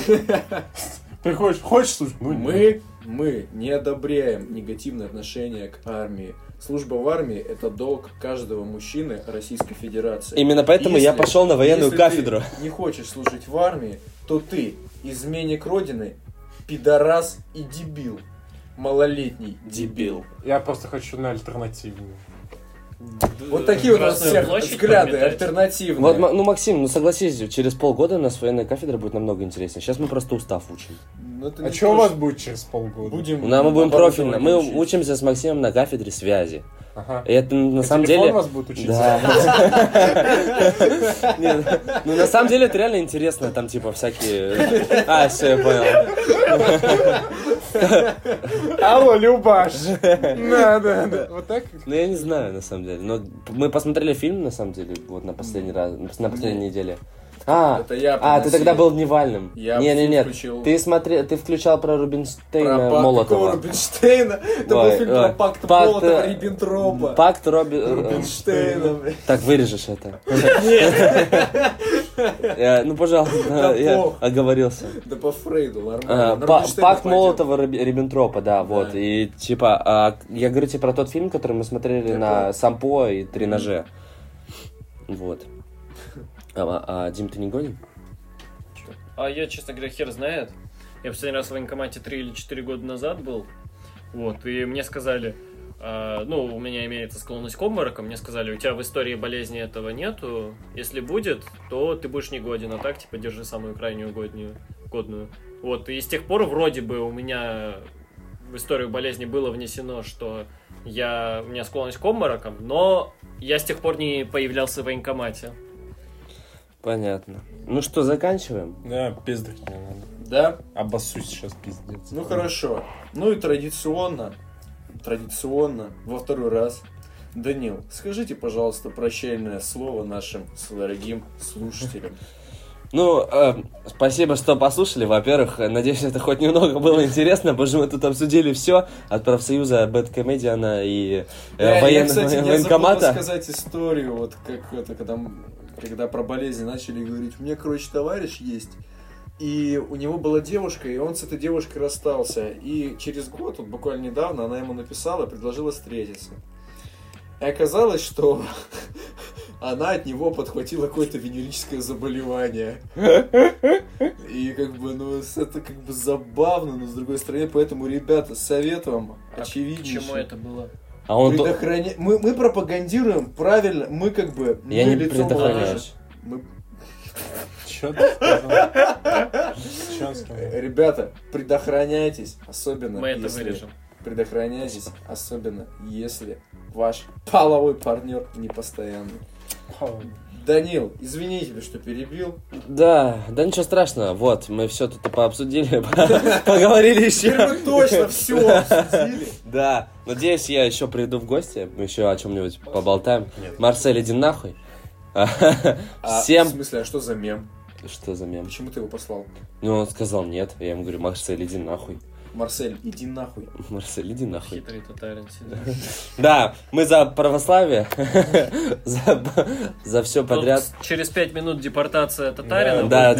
B: Приходишь, хочешь слушать? Ну, нет.
A: Мы, мы не одобряем негативное отношение к армии. Служба в армии – это долг каждого мужчины Российской Федерации.
D: Именно поэтому я
A: Если-
D: пошел на военную
A: если
D: кафедру.
A: ты не хочешь служить в армии, то ты изменник Родины, пидорас и дебил. Малолетний дебил.
B: Я просто хочу на альтернативную.
A: Вот такие вот у нас
C: Красную
A: всех
C: площадь
A: взгляды
C: подметать.
A: альтернативные.
D: Вот, Ма- ну, Максим, ну согласись, через полгода у нас военная кафедра будет намного интереснее. Сейчас мы просто устав учим.
A: Ну, это
B: А
A: не
B: что у
A: то,
B: вас
A: что-
B: будет через полгода?
A: Будем,
D: Ну, а мы будем
A: наоборот,
D: профильно. Мы
A: давайте учить.
D: учимся с Максимом на кафедре связи.
B: Ага.
D: И это на
B: А
D: самом
B: телефон
D: деле...
B: вас будет учить?
D: Да.
A: (laughs)
D: Нет, Ну, на самом деле, это реально интересно, там, типа, всякие... А, все, я понял.
B: Алло,
D: (laughs)
B: Любаш! Надо, Вот так?
D: Ну, я не знаю, на самом деле. Но мы посмотрели фильм, на самом деле, вот на последний раз, на последней неделе. А,
A: Это я
D: а, ты
A: приносил.
D: тогда был невальным.
A: Я
D: не, не, нет.
A: включил.
D: Ты смотрел, ты включал про Рубинштейна
A: Про пакт какого
D: Молотова.
A: Рубинштейна. Это
D: Ой,
A: был фильм про
D: ой.
A: пакт
D: Пакт,
A: Молотова
D: э,
A: Риббентропа.
D: Пакт Роби...
A: Рубинштейна, блядь.
D: Так, вырежешь это. Э, Ну, пожалуйста, я
A: пох.
D: оговорился.
A: Да по Фрейду,
D: Э,
A: нормально.
D: па- Пакт Молотова Риби- Риббентропа, да, вот. И типа, а, я говорю тебе про тот фильм, который мы смотрели
A: Я
D: на
A: понял.
D: Сампо и Три ноже. Вот. А, а, а, Дим, ты не гонен?
C: А я, честно говоря, хер знает. Я последний раз в военкомате 3 или 4 года назад был. Вот, и мне сказали, а, ну, у меня имеется склонность к обморокам, мне сказали, у тебя в истории болезни этого нету, если будет, то ты будешь негоден, а так, типа, держи самую крайнюю годную, годную. Вот, и с тех пор вроде бы у меня в историю болезни было внесено, что я, у меня склонность к обморокам, но я с тех пор не появлялся в военкомате.
D: Понятно. Ну что, заканчиваем?
B: Да, пиздать не надо.
A: Да?
B: Обоссусь сейчас, пиздец.
A: Ну хорошо. Ну и традиционно, традиционно, во второй раз. Данил, скажите, пожалуйста, прощальное слово нашим дорогим слушателям.
D: Ну, э, спасибо, что послушали. Во-первых, э, надеюсь, это хоть немного было интересно, потому что мы тут обсудили все от профсоюза Бэткомедиана и э,
A: Я- я,
D: воен-
A: кстати, я забыл
D: военкомата.
A: рассказать историю, вот как это, когда, м- когда про болезни начали говорить. У меня, короче, товарищ есть, и у него была девушка, и он с этой девушкой расстался. И через год, вот буквально недавно, она ему написала, предложила встретиться. И оказалось, что (laughs) она от него подхватила какое-то венерическое заболевание. И как бы, ну, с- это как бы забавно, но с другой стороны, поэтому, ребята, совет вам
C: А
A: очевидно.
C: Чему это было?
D: А он... то-
A: Предохраня- мы, мы пропагандируем правильно, мы как бы...
D: Я
A: мы
D: не
A: лицо
D: предохраняюсь.
A: молодежи. Мы-
B: Чё ты сказал? Чё он сказал?
A: э, Ребята, предохраняйтесь, особенно
C: Мы это
A: если-
C: вырежем.
A: Предохраняйтесь, особенно если ваш половой партнер непостоянный. Данил, извини тебя, что перебил.
D: Да, да ничего страшного. Вот, мы все тут и пообсудили, (laughs)
A: (laughs)
D: поговорили еще.
A: Теперь мы точно все обсудили.
D: (laughs) Да, надеюсь, я еще приду в гости, мы еще о чем-нибудь поболтаем.
B: Нет.
D: Марсель, иди нахуй.
A: А,
D: (laughs) Всем...
A: В смысле, а что за мем?
D: Что за мем?
A: Почему ты его послал?
D: Ну, он сказал нет, я ему говорю, Марсель, иди нахуй.
A: Марсель, иди нахуй.
D: (laughs) Марсель, иди нахуй.
C: Хитрый татарин сидит.
D: Да, мы за православие, (laughs) за, за
C: Ну,
D: все подряд.
C: Тут через пять минут депортация татарина.
D: Да,
C: будет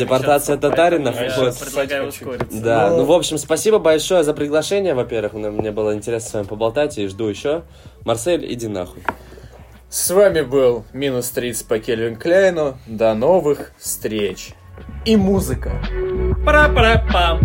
C: намечаться,
D: депортация татаринов
C: поэтому
D: будет.
C: Я предлагаю
B: Хочу.
C: ускориться.
D: Да,
A: Но-
D: ну, в общем, спасибо большое за приглашение, во-первых, мне мне было интересно с вами поболтать и жду еще. Марсель, иди нахуй.
A: С вами был Минус 30 по Кельвин
D: Ну,
A: Кляйну. До новых встреч. И музыка.
C: Пара-пара-пам.